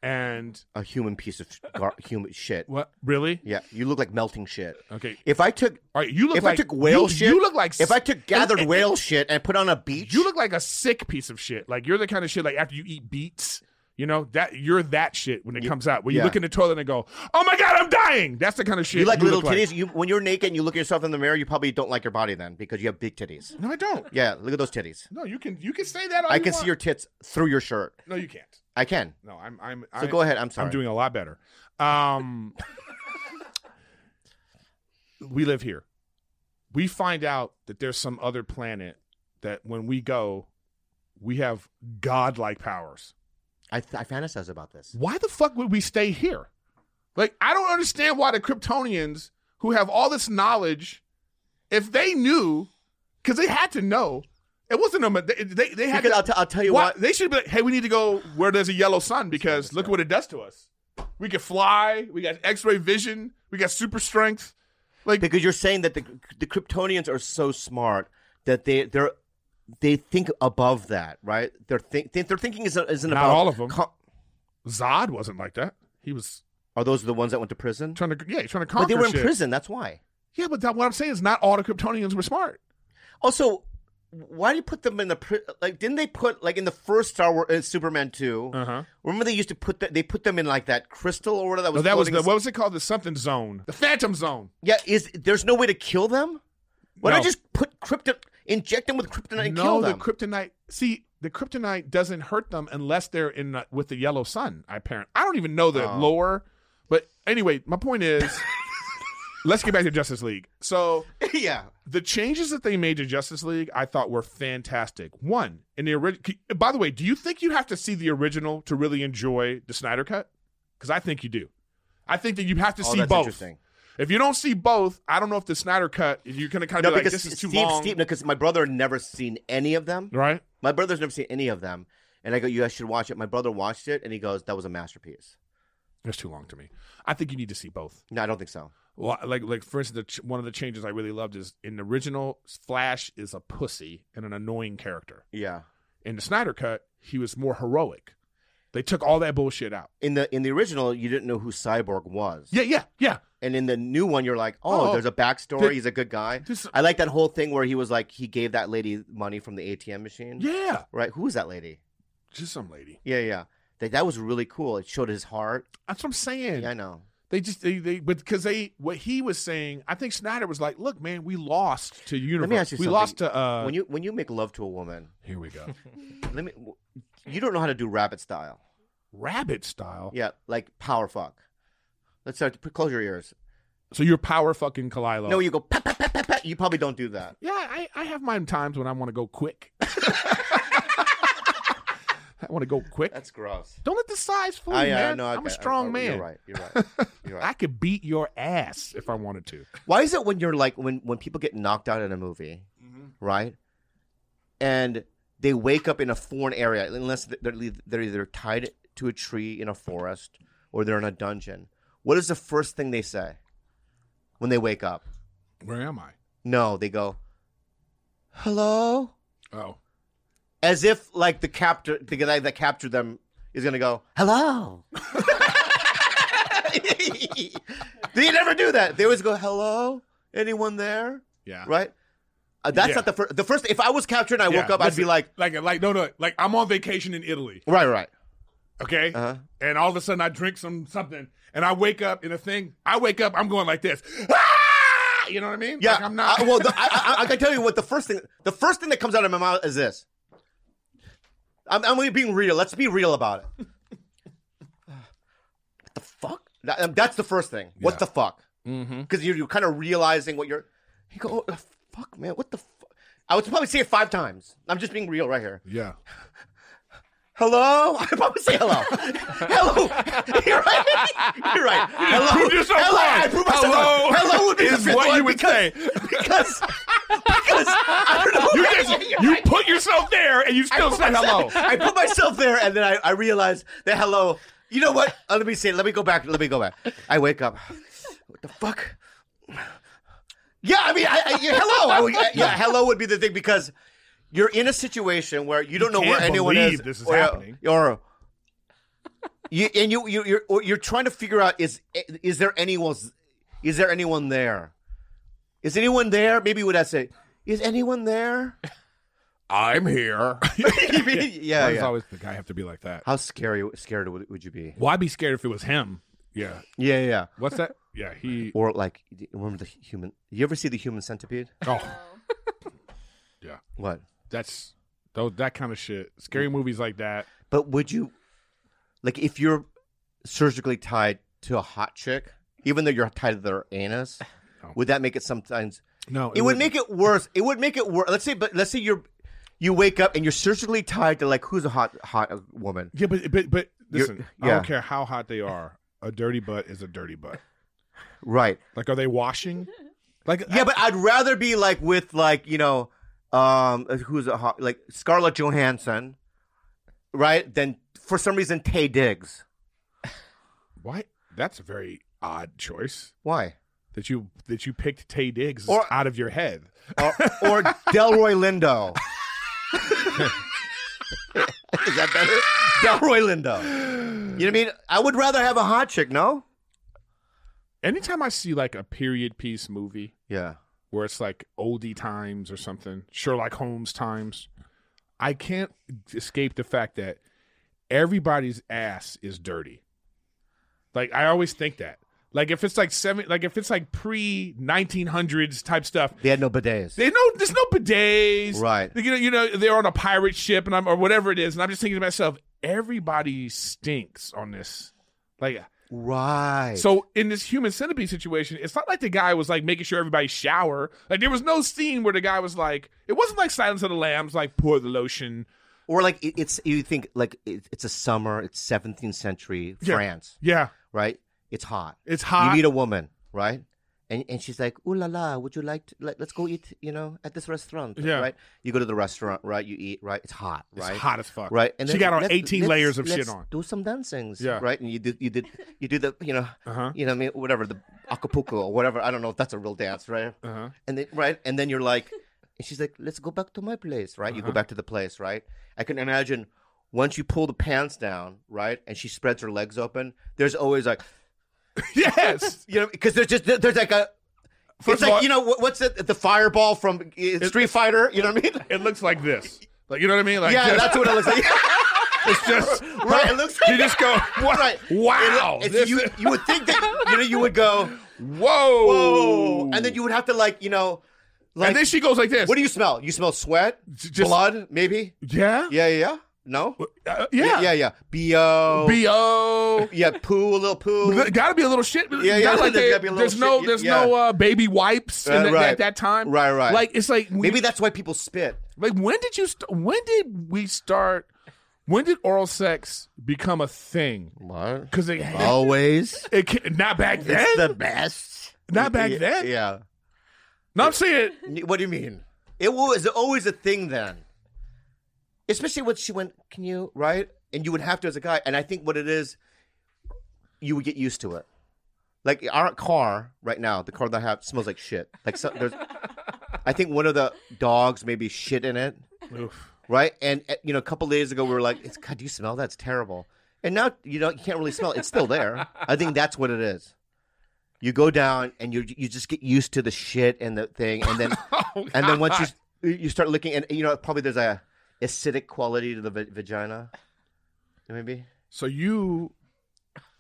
And
A human piece of gar- human shit.
what? Really?
Yeah, you look like melting shit.
Okay.
If I took,
All right. You look
if
like
I took whale
you,
shit,
You look like
if I
s-
took gathered
and- and-
whale shit and put on a beach,
You look like a sick piece of shit. Like you're the kind of shit like after you eat beets, You know that you're that shit when it
Ye-
comes out. When you
yeah.
look in the toilet and go, "Oh my god, I'm dying." That's the kind of shit
You like little
look
titties. You when you're naked and you look at yourself in the mirror, you probably don't like your body then because you have big titties.
No, I don't.
Yeah, look at those titties.
No, you can you can say that. All
I
you
can
want.
see your tits through your shirt.
No, you can't.
I can.
No, I'm I'm.
So
I,
go ahead. I'm sorry.
I'm doing a lot better. Um, we live here. We find out that there's some other planet that when we go, we have godlike powers.
I, th- I fantasize about this.
Why the fuck would we stay here? Like, I don't understand why the Kryptonians who have all this knowledge, if they knew, because they had to know, it wasn't a they they, they had
Because
to,
I'll, t- I'll tell you
why-
what.
they should be like, hey, we need to go where there's a yellow sun because look what it does to us. We can fly. We got X-ray vision. We got super strength.
Because you're saying that the the Kryptonians are so smart that they they're they think above that, right? They're think they, their thinking isn't isn't
Not
about
all of 'em.
co-
Zod wasn't like that. He was
are those the ones that went to prison?
trying to yeah, he's trying to conquer.
But they were in
shit.
prison. That's why.
Yeah, but that, what I'm saying is not all the Kryptonians were smart.
Also, why do you put them in the pri- like? Didn't they put like in the first Star Wars uh, Superman 2
Uh-huh.
Remember they used to put that they put them in like that crystal or whatever that
No,
was.
that was the,
floating-
what was it called? The something zone. The Phantom Zone.
yeah. Is there's no way to kill them? Why
no.
don't you just put krypton inject them with kryptonite and
no,
kill
the
them?
kryptonite. See, the kryptonite doesn't hurt them unless they're in uh, with the yellow sun. I apparent. I don't even know the
Oh.
lore, but anyway, my point is, let's get back to Justice League. So
yeah.
the changes that they made to Justice League, I thought were fantastic. One in the original. By the way, do you think you have to see the original to really enjoy the Snyder Cut? Because I think you do. I think that you have to
Oh,
see
that's
both.
interesting.
If you don't see both, I don't know if the Snyder Cut you're going to kind
No,
of be like,
because
this is too
Steve,
long,
Steve, because my brother never seen any of them.
right?
My brother's never seen any of them, and I go, "You guys should watch it." My brother watched it, and he goes, "That was a masterpiece."
That's too long to me. I think you need to see both.
No, I don't think so.
Well, like like for instance, the ch- one of the changes I really loved is in the original Flash is a pussy and an annoying character.
Yeah.
In the Snyder cut, he was more heroic. They took all that bullshit out.
In the in the original, you didn't know who Cyborg was.
Yeah, yeah, yeah.
And in the new one, you're like, oh,
Oh,
there's a backstory.
the-
He's a good guy.
This,
I like that whole thing where he was like, he gave that lady money from the ATM machine.
yeah,
Right? Who was that lady?
just some lady.
Yeah, yeah. That, that was really cool. It showed his heart.
That's what I'm saying.
Yeah, I know.
They just they they but because they what he was saying, I think Snyder was like, look, man, we lost to universe.
Let me ask you
we
something.
lost to uh.
when you when you make love to a woman,
here we go,
let me. You don't know how to do rabbit style.
rabbit style.
Yeah, like power fuck. Let's start. To, close your ears.
So you're power fucking Kalilo.
No, you go. Pat, pat, pat, pat, pat. You probably don't do that.
Yeah, I, I have my times when I want to go quick. I want to go quick.
That's gross.
Don't let the size fool you,
I, uh,
man.
I know.
I'm
okay,
a strong
oh,
man.
You're right. You're right. You're right.
I could beat your ass if I wanted to.
Why is it when you're like when when people get knocked out in a movie, right? And they wake up in a foreign area, unless they're lea- they're either tied to a tree in a forest or they're in a dungeon. What is the first thing they say when they wake up?
Where am I?
No, they go, "Hello,"
Oh,
as if like the captor, the guy that captured them, is gonna go, "Hello." they never do that. They always go, "Hello, anyone there?"
yeah.
right? Uh, that's
Yeah.
not the first. The first, if I was captured and I
Yeah,
woke up, I'd be
listen,
like,
like, like, no, no, like I'm on vacation in Italy,
right, right.
okay,
Uh-huh.
and all of a sudden I drink some something, and I wake up in a thing. I wake up, I'm going like this. Ah! You know what I mean?
Yeah.
Like, I'm not.
I, well, the, I, I, I can tell you what the first thing, the first thing that comes out of my mouth is this. I'm, I'm only being real. Let's be real about it. what the fuck? That- um, that's the first thing. What
Yeah.
the fuck?
mm-hmm.
Because you're, you're kind of realizing what you're. You go, oh, fuck, man. What the fuck? I would probably say it five times. I'm just being real right here.
Yeah.
Hello? I probably say hello. hello. You're right. You're right. Hello.
proved yourself
hello.
wrong.
I proved myself
Hello
wrong. Hello would be the
is
fifth
what
one
you would
because,
say.
Because, because I don't know.
You
what
just
I-
you put yourself there and you
I
still
put
said hello.
myself- I put myself there and then I, I realized that hello. You know what? Uh, let me say, let me go back. Let me go back. I wake up. What the fuck? Yeah, I mean, I, I, yeah, hello. I would, yeah, hello would be the thing because you're in a situation where you don't know where
can't
anyone
believe
is.
this is
or, uh,
happening.
Or you, and you, you, you're, or you're trying to figure out is is there anyone is there anyone there? Is anyone there? Maybe would I say, is anyone there?
I'm here.
yeah, yeah.
Why does always the guy have to be like that?
How scary scared would, would you be?
Well, I'd be scared if it was him. Yeah.
Yeah, yeah, yeah.
What's that? Yeah, he.
Or like, the- remember the human? You ever see the Human Centipede?
Oh,
What?
that's tho- that kind of shit. Scary movies like that.
But would you, like, if you're surgically tied to a hot chick, even though you're tied to their anus, would that make it sometimes?
No,
It would
wouldn't.
make it worse. It would make it worse. Let's say, but let's say you're, you wake up and you're surgically tied to like who's a hot hot uh, woman.
Yeah, but but but
You're-
listen, I
yeah.
don't care how hot they are. A dirty butt is a dirty butt.
Right.
Like, are they washing? Like, uh,
Yeah, but I'd rather be like with like you know, um, who's a hot like Scarlett Johansson, right? Than for some reason Tay Diggs.
why? That's a very odd choice
Why?
that you that you picked Tay Diggs
Or-
out of your head.
Or, or Delroy Lindo. Is that better? Delroy Lindo. You know what I mean? I would rather have a hot chick. No.
Anytime I see like a period piece movie
Yeah.
where it's like oldie times or something, Sherlock Holmes times, I can't escape the fact that everybody's ass is dirty. Like I always think that. Like if it's like seven, like if it's like pre nineteen hundreds type stuff,
They had no bidets.
They know there's no bidets,
Right.
You know, you know they're on a pirate ship and I'm or whatever it is, and I'm just thinking to myself, everybody stinks on this. Like
right.
so in this human centipede situation, it's not like the guy was like making sure everybody shower. Like there was no scene where the guy was like, it wasn't like Silence of the Lambs, like pour the lotion.
or like it, it's you think like it, it's a summer. It's 17th century
Yeah.
France,
Yeah,
right? It's hot.
it's hot.
You meet a woman, right? And and she's like, "Ooh la la, would you like to let, let's go eat, you know, at this restaurant,
Yeah.
right? You go to the restaurant, right? You eat, right? It's hot,
it's
right?
hot as fuck.
Right,
she got on
let's-
18
let's-
layers of shit
let's
on.
Do some dancings,
Yeah.
right? And you did, you did, you do the, you know,
Uh-huh.
you know, what I mean, whatever the Acapulco or whatever. I don't know if that's a real dance, right?
Uh-huh.
And then right, and then you're like, and she's like, "Let's go back to my place," right? You
Uh-huh.
go back to the place, right? I can imagine once you pull the pants down, right, and she spreads her legs open. There's always like,
yes,
you know, because there's just there's like a.
First of
it's like
all-
you know what- what's it, the fireball from uh, Street Fighter? You know what I mean?
it looks like this. Like you know what I mean? Like
yeah,
just-
that's what it looks like.
it's just
right, it looks like
you just go wow,
Right.
wow.
It's-
this
you,
is-
you would think that you know you would go
whoa,
whoa, and then you would have to like you know, like
and then she goes like this.
what do you smell? You smell sweat,
J- just-
blood, maybe?
Yeah.
Yeah, yeah, yeah. No.
Uh, yeah.
yeah, yeah. Bo.
Bo.
yeah, poo, a little poo.
There Gotta be a little shit.
Yeah, yeah,
Not like
there's
they-
gotta be a little
there's no,
shit,
there's
yeah.
no uh, baby wipes in
Uh,
that-
right.
at that time.
Right, right.
Like it's like we-
Maybe that's why people spit.
like when did you st- when did we start? When did oral sex become a thing?
What?
Because it,
Always.
it ca- not back then.
best.
Not back then.
Yeah.
No, I'm saying
What do you mean? It was always a thing then. Especially when she went, can you, right? And you would have to as a guy. And I think what it is, you would get used to it. Like our car right now, the car that I have smells like shit. Like some, there's, I think one of the dogs maybe shit in it,
Oof.
right? And uh, you know, a couple days ago we were like, it's, "God, do you smell that? It's terrible." And now you know you can't really smell it. It's still there. I think that's what it is. You go down and you you just get used to the shit and the thing, and then
Oh,
and then once you you start looking, and you know probably there's a acidic quality to the v- vagina, maybe.
So you,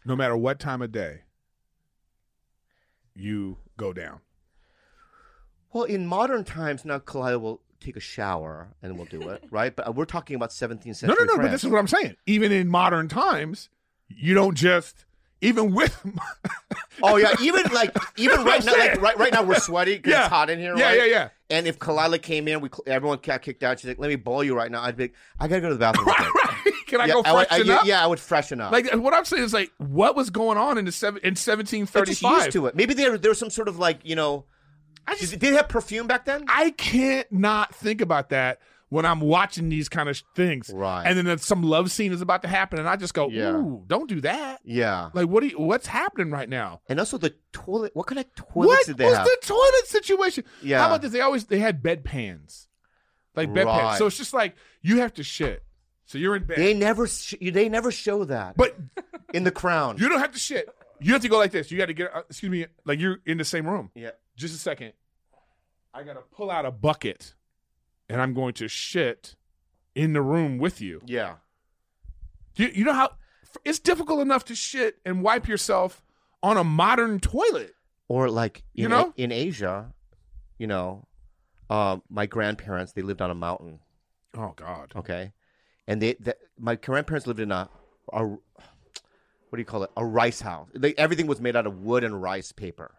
no matter what time of day, you go down.
Well, in modern times now, Kalila will take a shower and we'll do it, right? But uh, we're talking about 17th century.
No, no, no. But
France.
this is what I'm saying. Even in modern times, you don't just even with.
Oh yeah, even like even right now,
saying.
like right right now we're sweaty because
Yeah.
it's hot in here.
Yeah,
right?
yeah, yeah.
And if Kalila came in, we cl- everyone got kicked out. She's like, "Let me bowl you right now." I'd be like, "I gotta go to the bathroom." real quick."
Can I
yeah,
go
I would-
freshen
I-
up?
Yeah, I would freshen up.
Like what I'm saying is like what was going on in the seven in 1735.
They're just used to it. Maybe there there was some sort of like you know,
I
did
just
they have perfume back then?
I can't not think about that when I'm watching these kind of things.
Right.
And then there's some love scene is about to happen, and I just go,
Yeah.
"Ooh, don't do that."
yeah,
Like what? Are you, what's happening right now?
and also the toilet. What kind of toilets
What was
did they have?
the toilet situation?
Yeah.
How about this? They always they had bedpans, like bedpans.
Right.
So it's just like you have to shit. So you're in bed,
They never sh- they never show that.
but
in the crown,
you don't have to shit. You have to go like this. You got to get. Uh, excuse me. Like you're in the same room.
yeah,
Just a second. I gotta pull out a bucket, and and I'm going to shit in the room with you.
Yeah.
You, you know how it's difficult enough to shit and wipe yourself on a modern toilet.
Or like in,
You know?
in Asia, you know, uh, my grandparents they lived on a mountain.
Oh God.
Okay, and they, the my grandparents lived in a, a what do you call it? A rice house. They, everything was made out of wood and rice paper.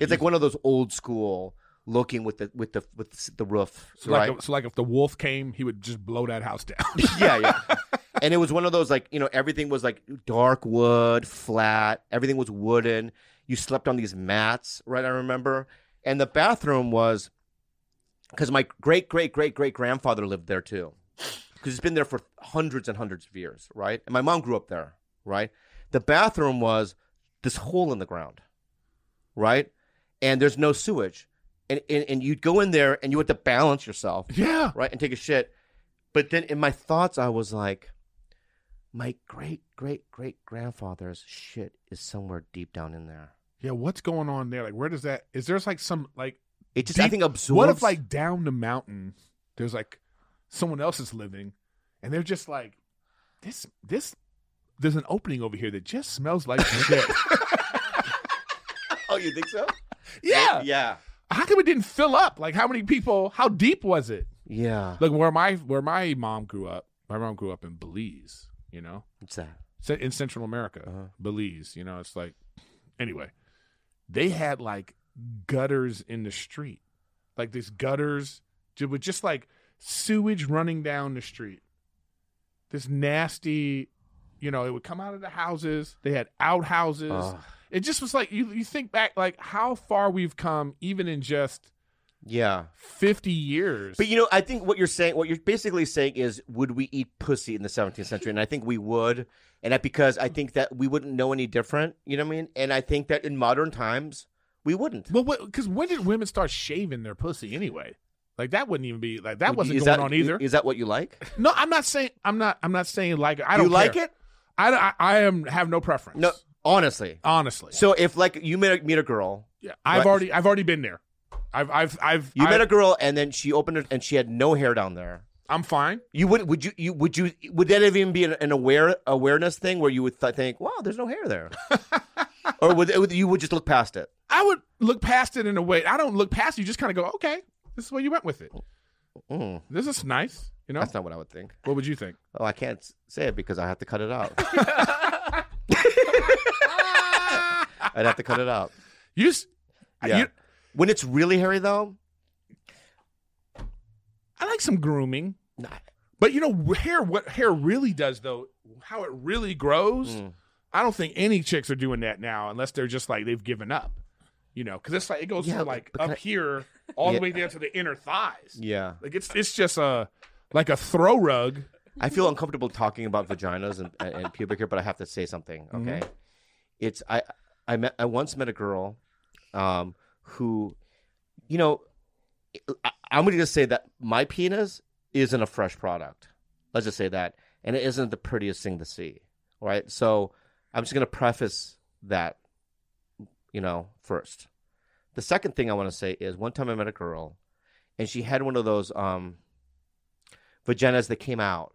It's like one of those old school looking with the with the with the roof,
So
right?
like, so like if the wolf came, he would just blow that house down.
yeah, yeah. And it was one of those like you know everything was like dark wood, flat. Everything was wooden. You slept on these mats, right? I remember. And the bathroom was because my great great great great grandfather lived there too, because it's been there for hundreds and hundreds of years, right? And my mom grew up there, right? The bathroom was this hole in the ground, right? And there's no sewage, and and, and you'd go in there and you had to balance yourself
yeah.
right and take a shit but then in my thoughts i was like my great great great grandfather's shit is somewhere deep down in there
Yeah. What's going on there? Like, where does that? Is there's like some like?
it just i
deep-
think absorbs
What if like down the mountain, there's like someone else is living, and they're just like, this this. There's an opening over here that just smells like shit.
oh you think so
yeah.
yeah
How come it didn't fill up? Like, how many people? How deep was it?
yeah
Like where my where my mom grew up. My mom grew up in Belize. You know.
what's that
Ce- in Central America,
Uh-huh.
Belize. You know, it's like anyway, they had like gutters in the street, like these gutters ju- with just like sewage running down the street. This nasty, you know, it would come out of the houses. They had outhouses.
Ugh.
It just was like you you think back like how far we've come even in just
yeah
fifty years.
but you know i think what you're saying what you're basically saying is would we eat pussy in the 17th century and i think we would and that because i think that we wouldn't know any different you know what i mean and i think that in modern times we wouldn't
well, what? Because when did women start shaving their pussy anyway? Like that wouldn't even be like that wasn't
is
going
that,
on either.
is that what you like
No, I'm not saying I'm not. I'm not saying like I
you
don't
like
care.
it
I, I I am have no preference.
no honestly
honestly.
So if like you met a, meet a girl,
Yeah, I've
Right.
already I've already been there. I've I've I've
you
I,
met a girl and then she opened it and she had no hair down there.
I'm fine.
You would would you, you would you would that even be an, an aware awareness thing where you would th- think, wow, there's no hair there, or would, would you would just look past it?
I would look past it in a way. I don't look past it. You just kind of go, okay, this is where you went with it.
Mm,
This is nice. You know,
That's not what I would think.
what would you think?
Oh, I can't s- say it because I have to cut it out. I'd have to cut it out.
You, s-
Yeah.
you
When it's really hairy though,
I like some grooming,
Nah.
but you know, hair. What hair really does though, how it really grows.
Mm.
I don't think any chicks are doing that now, unless they're just like they've given up. You know, because it's like it goes
Yeah,
from
but-
like
but
up
can I-
here all
Yeah.
the way down to the inner thighs.
yeah,
Like it's it's just a like a throw rug.
I feel uncomfortable talking about vaginas and, and, and pubic hair, but I have to say something. Okay, it's I I met I once met a girl, um, who, you know, I, I'm going to just say that my penis isn't a fresh product. Let's just say that, and it isn't the prettiest thing to see. Right, so I'm just going to preface that, you know, first. The second thing I want to say is one time I met a girl, and she had one of those um, vaginas that came out.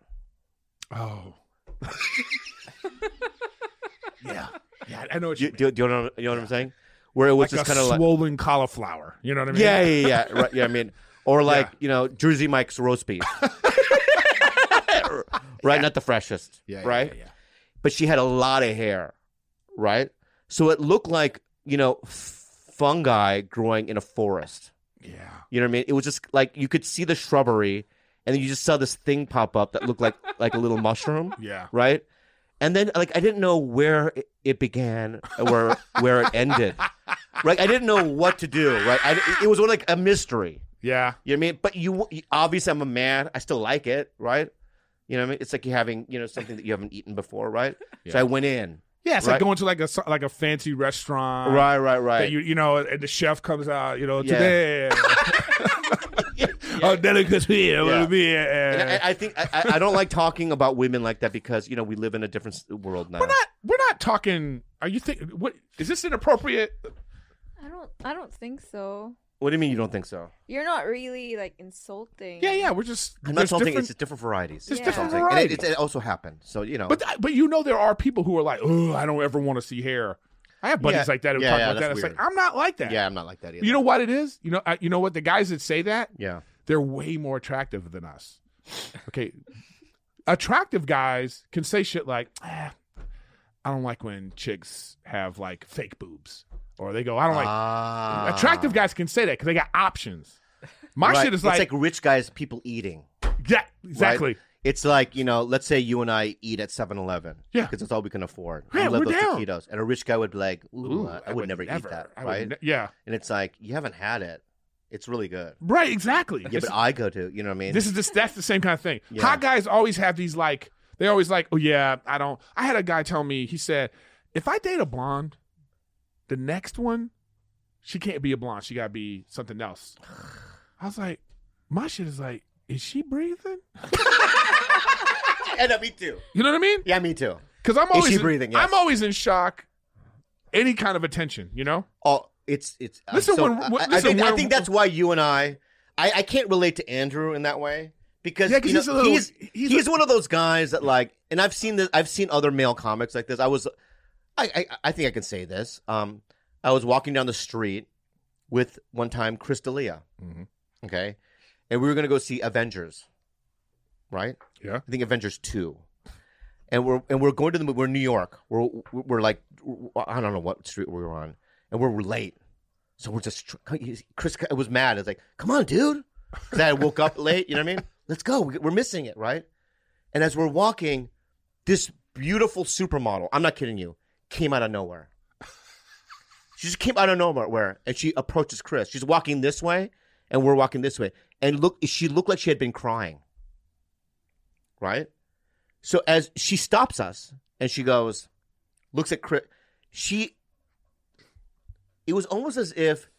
Oh. yeah. Yeah, I know what you,
You,
mean.
do, do you know what- you know what I'm saying? Where it
Like
was
a
just kind of like,
swollen cauliflower. You know what I mean?
yeah, yeah, yeah, right, yeah. I mean, or like
Yeah.
you know, Jersey Mike's roast beef, right? Not the freshest,
Yeah, yeah,
right?
yeah, yeah.
But she had a lot of hair, right? So it looked like you know f- fungi growing in a forest.
Yeah.
You know what I mean? It was just like you could see the shrubbery, and then you just saw this thing pop up that looked like like a little mushroom,
Yeah.
right? And then like I didn't know where it- it began, where where it ended. Right, I didn't know what to do. Right, I, it was like a mystery.
Yeah.
You know what I mean? But you obviously, I'm a man. I still like it, right? You know what I mean? It's like you having you know something that you haven't eaten before, right? So
Yeah.
I went in.
Yeah, it's
Right.
like going to like a like a fancy restaurant.
Right, right,
That
right.
you you know, and the chef comes out, you know,
Yeah.
today. Oh, delicacy. it will
Yeah.
be, uh,
and I, I think I, I I don't like talking about women like that because you know we live in a different s- world now.
we're not we're not talking. Are you think what is this inappropriate?
I don't. I don't think so.
What do you mean you don't think so?
You're not really like insulting.
Yeah, yeah. We're just
I'm not
there's
something. It's
different-
just different varieties.
There's
of
different
something. And it-
varieties.
it, it also happened. So you know.
But th- but you know there are people who are like, oh, I don't ever want to see hair. I have buddies
Yeah.
like that who
Yeah,
talk
yeah,
about that.
that's
It's like
weird.
I'm not like that.
yeah, I'm not like that either.
You know what it is? You know I, you know what the guys that say that
Yeah.
they're way more attractive than us. Okay, attractive guys can say shit like, "Ah, I don't like when chicks have like fake boobs, or they go, I don't like.
Ah.
Attractive guys can say that because they got options. My
Right.
shit is
it's
like,
like rich guys, people eating.
yeah, exactly.
It's like, you know, let's say you and I eat at 7 Eleven.
Yeah.
Because that's all we can afford.
Yeah,
I love
we're
those
down.
taquitos. And a rich guy would be like, ooh,
Ooh,
I, I would, never, eat that.
I would
right?
ne- yeah,
and it's like, you haven't had it. It's really good.
right, exactly.
Yeah,
It's-
but I go to, you know what I mean?
This is this that's the same kind of thing.
Yeah.
Hot guys always have these like they always like, oh yeah, I don't. I had a guy tell me he said, if I date a blonde, the next one, she can't be a blonde. She gotta be something else. I was like, my shit is like, is she breathing?
and, uh, me too.
You know what I mean?
Yeah, me too.
Because I'm
Is
always
she breathing? Yes.
I'm always in shock. Any kind of attention, you know?
Oh, it's it's. I'm
Listen,
so-
when-
I-
when-
I, I
listen,
think, I
when-
think that's why you and I, I, I can't relate to Andrew in that way because
Yeah,
you
'cause
know,
he's a little-
he's,
he's
he's,
a-
one of those guys that like, and I've seen this. I've seen other male comics like this. I was, I, I, I think I can say this. Um, I was walking down the street with one time Chris D'Elia,
Mhm.
okay, and we were gonna go see Avengers, right?
Yeah.
I think Avengers two. And we're and we're going to the movie. We're in New York. We're we're like I don't know what street we were on, and we're late. So we're just Chris was mad. It's like, come on, dude. 'Cause I woke up late. You know what I mean? Let's go. We- We're missing it, right? And as we're walking, this beautiful supermodel. I'm not kidding you. Came out of nowhere. She just came out of nowhere, and she approaches Chris. She's walking this way, and we're walking this way. And look, she looked like she had been crying. Right. So as she stops us, and she goes, looks at Chris. She it was almost as if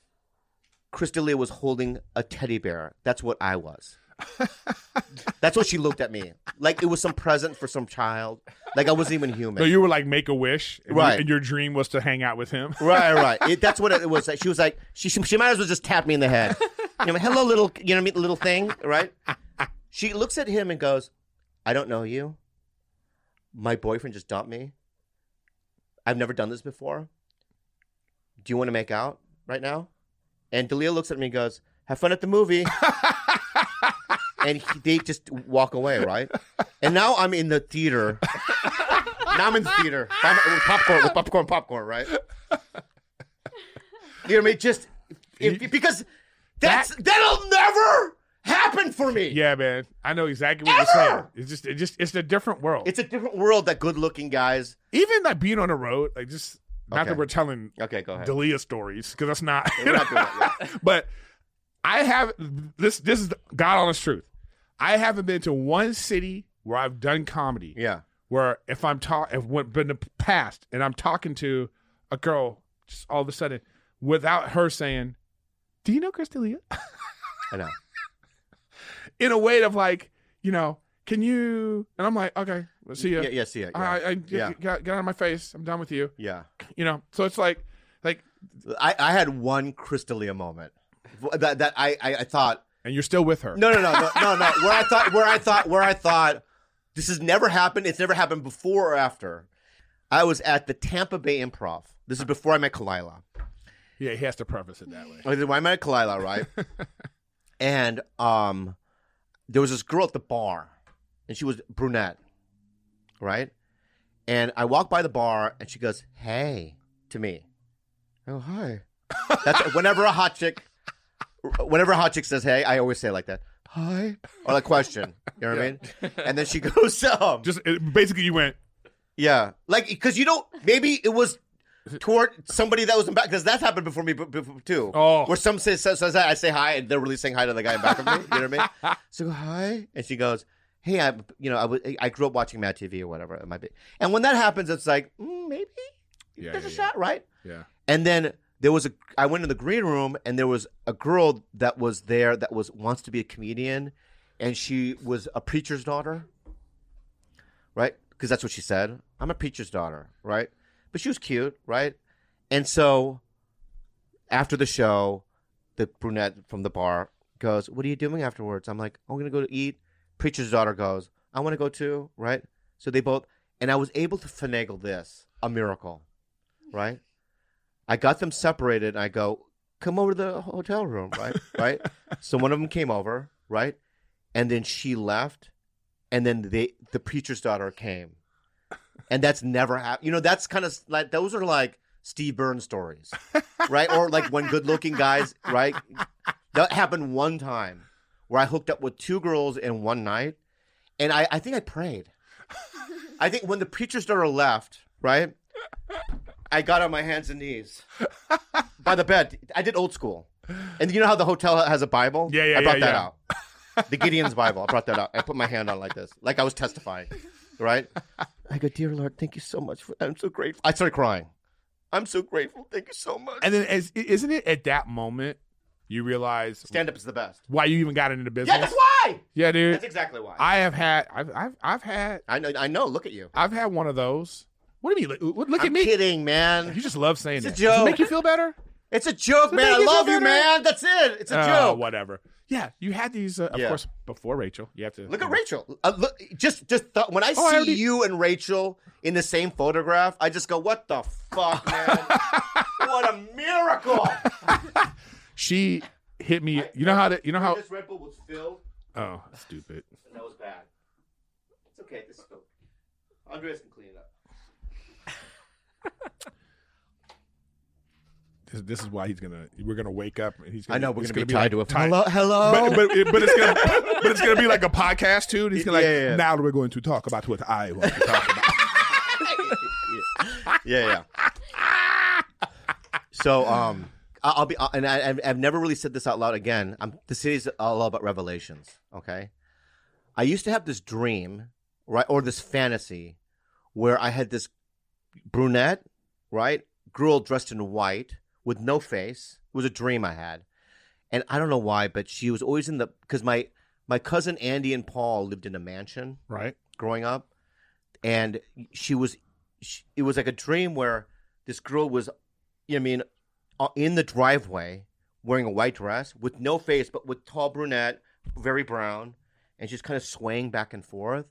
Chris D'Elia was holding a teddy bear. That's what I was. That's what she looked at me like it was some present for some child. Like I wasn't even human.
No, you were like make a wish, and you-
Right.
and your dream was to hang out with him.
right, right. It, that's what it was. Like, she was like, she, she she might as well just tap me in the head. You know, hello, little, you know, what I mean, little thing, right? She looks at him and goes, "I don't know you. My boyfriend just dumped me. I've never done this before. Do you want to make out right now?" And Dalia looks at me and goes, "Have fun at the movie." and he, they just walk away, right? And now I'm in the theater. now I'm in the theater. I'm- with popcorn, with popcorn, popcorn, right? You know what I mean? Just if, because that's that, will never happen for me.
yeah, man, I know exactly what you're saying.
Ever!
It's just, it just, it's a different world.
It's a different world that good-looking guys.
even like being on the road, like just not
Okay.
that we're telling
Okay, go ahead.
Delia stories because that's not.
We're not doing that, yeah.
but I have this. This is the God honest truth. I haven't been to one city where I've done comedy
yeah.
where if I'm talking, if went been the past and I'm talking to a girl, just all of a sudden, without her saying, "Do you know Chris D'Elia?"
I know.
In a way of like, you know, can you? And I'm like, okay, well, see ya.
Yeah, yeah, see it. Yeah.
I, I
yeah.
Got, got out of my face. I'm done with you.
yeah.
You know, so it's like, like
I, I had one Crystalia moment that that I, I I thought
and you're still with her.
no no no no no no where I thought where I thought where I thought this has never happened. It's never happened before or after. I was at the Tampa Bay Improv. This is before I met Kalila.
Yeah, he has to preface it that way.
I did Oh, Why Am I at Kalila, right? and um, there was this girl at the bar, and she was brunette, right? And I walked by the bar, and she goes, "Hey," to me. Oh, hi. That's whenever a hot chick, whenever a hot chick says "Hey," I always say it like that, "Hi," or like question. You know what I mean? And then she goes, um,
Just it, basically, you went.
yeah, like because you don't. Maybe it was toward somebody that was in back because that's happened before me b- b- too.
Oh.
where some says says says I say hi and they're really saying hi to the guy in back of me. You know what I mean? So I go, hi, and she goes, hey, I you know I was I grew up watching Mad TV or whatever it might be. And when that happens, it's like mm, maybe
Yeah,
there's
yeah,
a
yeah.
shot, right?
Yeah.
And then there was a I went in the green room and there was a girl that was there that was wants to be a comedian and she was a preacher's daughter. Right? Because that's what she said. I'm a preacher's daughter, right? But she was cute, right? And so after the show, the brunette from the bar goes, "What are you doing afterwards?" I'm like, "I'm gonna go to eat." Preacher's daughter goes, "I want to go too." Right? So they both, and I was able to finagle this a miracle, right? I got them separated. And I go, "Come over to the hotel room," right? right? So one of them came over, right? And then she left, and then they, the preacher's daughter came, and that's never happened. You know, that's kind of like those are like Steve Burns stories right? Or like when good looking guys, right? That happened one time where I hooked up with two girls in one night. And I, I think I prayed. I think when the preacher's daughter left, right? I got on my hands and knees by the bed. I did old school. And you know how the hotel has a Bible?
Yeah, yeah,
I brought
yeah,
that
yeah.
out. The Gideon's Bible. I brought that out. I put my hand on like this, like I was testifying, right? I go, Dear Lord, thank you so much. For, I'm so grateful. I started crying. I'm so grateful. Thank you so much.
And then, as i- isn't it at that moment you realize
Stand up is the best.
why you even got into the business?
Yeah, that's why.
Yeah,
That's
dude.
exactly why. I,
I have had, I've, I've, I've had,
know. I know. Look at you.
I've had one of those. What do you mean? Look, look at
I'm
me.
kidding, man.
You just love saying
It's a
that. Does it
joke.
make you feel better?
It's a joke,
Does it
man. I
make you feel
love you,
better?
man. That's it. It's a
Oh,
joke.
whatever. Yeah, you had these, uh, of
Yeah.
course, before Rachel. You have to
Look at Rachel. Uh, look, just, just th- when I
Oh, I
see
already-
you and Rachel in the same photograph, I just go, "What the fuck, man? what a miracle!"
She hit me. You know how to, you know how,
this Red Bull was filled.
oh, stupid.
and That was bad. It's okay. This is cool. Andres can clean it up.
This, this is why he's going to, we're going to wake up and he's gonna,
I know we're
it's
gonna be
like
tied to a
tied-
hello, hello.
But, but, but it's gonna but it's gonna be like a podcast too. And he's gonna like
Yeah, yeah, yeah.
now we're going to talk about what I want to talk about.
yeah, yeah. so, um, I- I'll be, uh, and I, I've- I've never really said this out loud again. I'm, the city's all about revelations. Okay, I used to have this dream, right, or this fantasy, where I had this brunette, right, girl dressed in white with no face. It was a dream I had, and I don't know why, but she was always in the because my my cousin Andy and Paul lived in a mansion
right?
growing up, and she was, she, it was like a dream where this girl was, you know, what I mean, uh, in the driveway wearing a white dress with no face, but with tall brunette, very brown, and she's kind of swaying back and forth,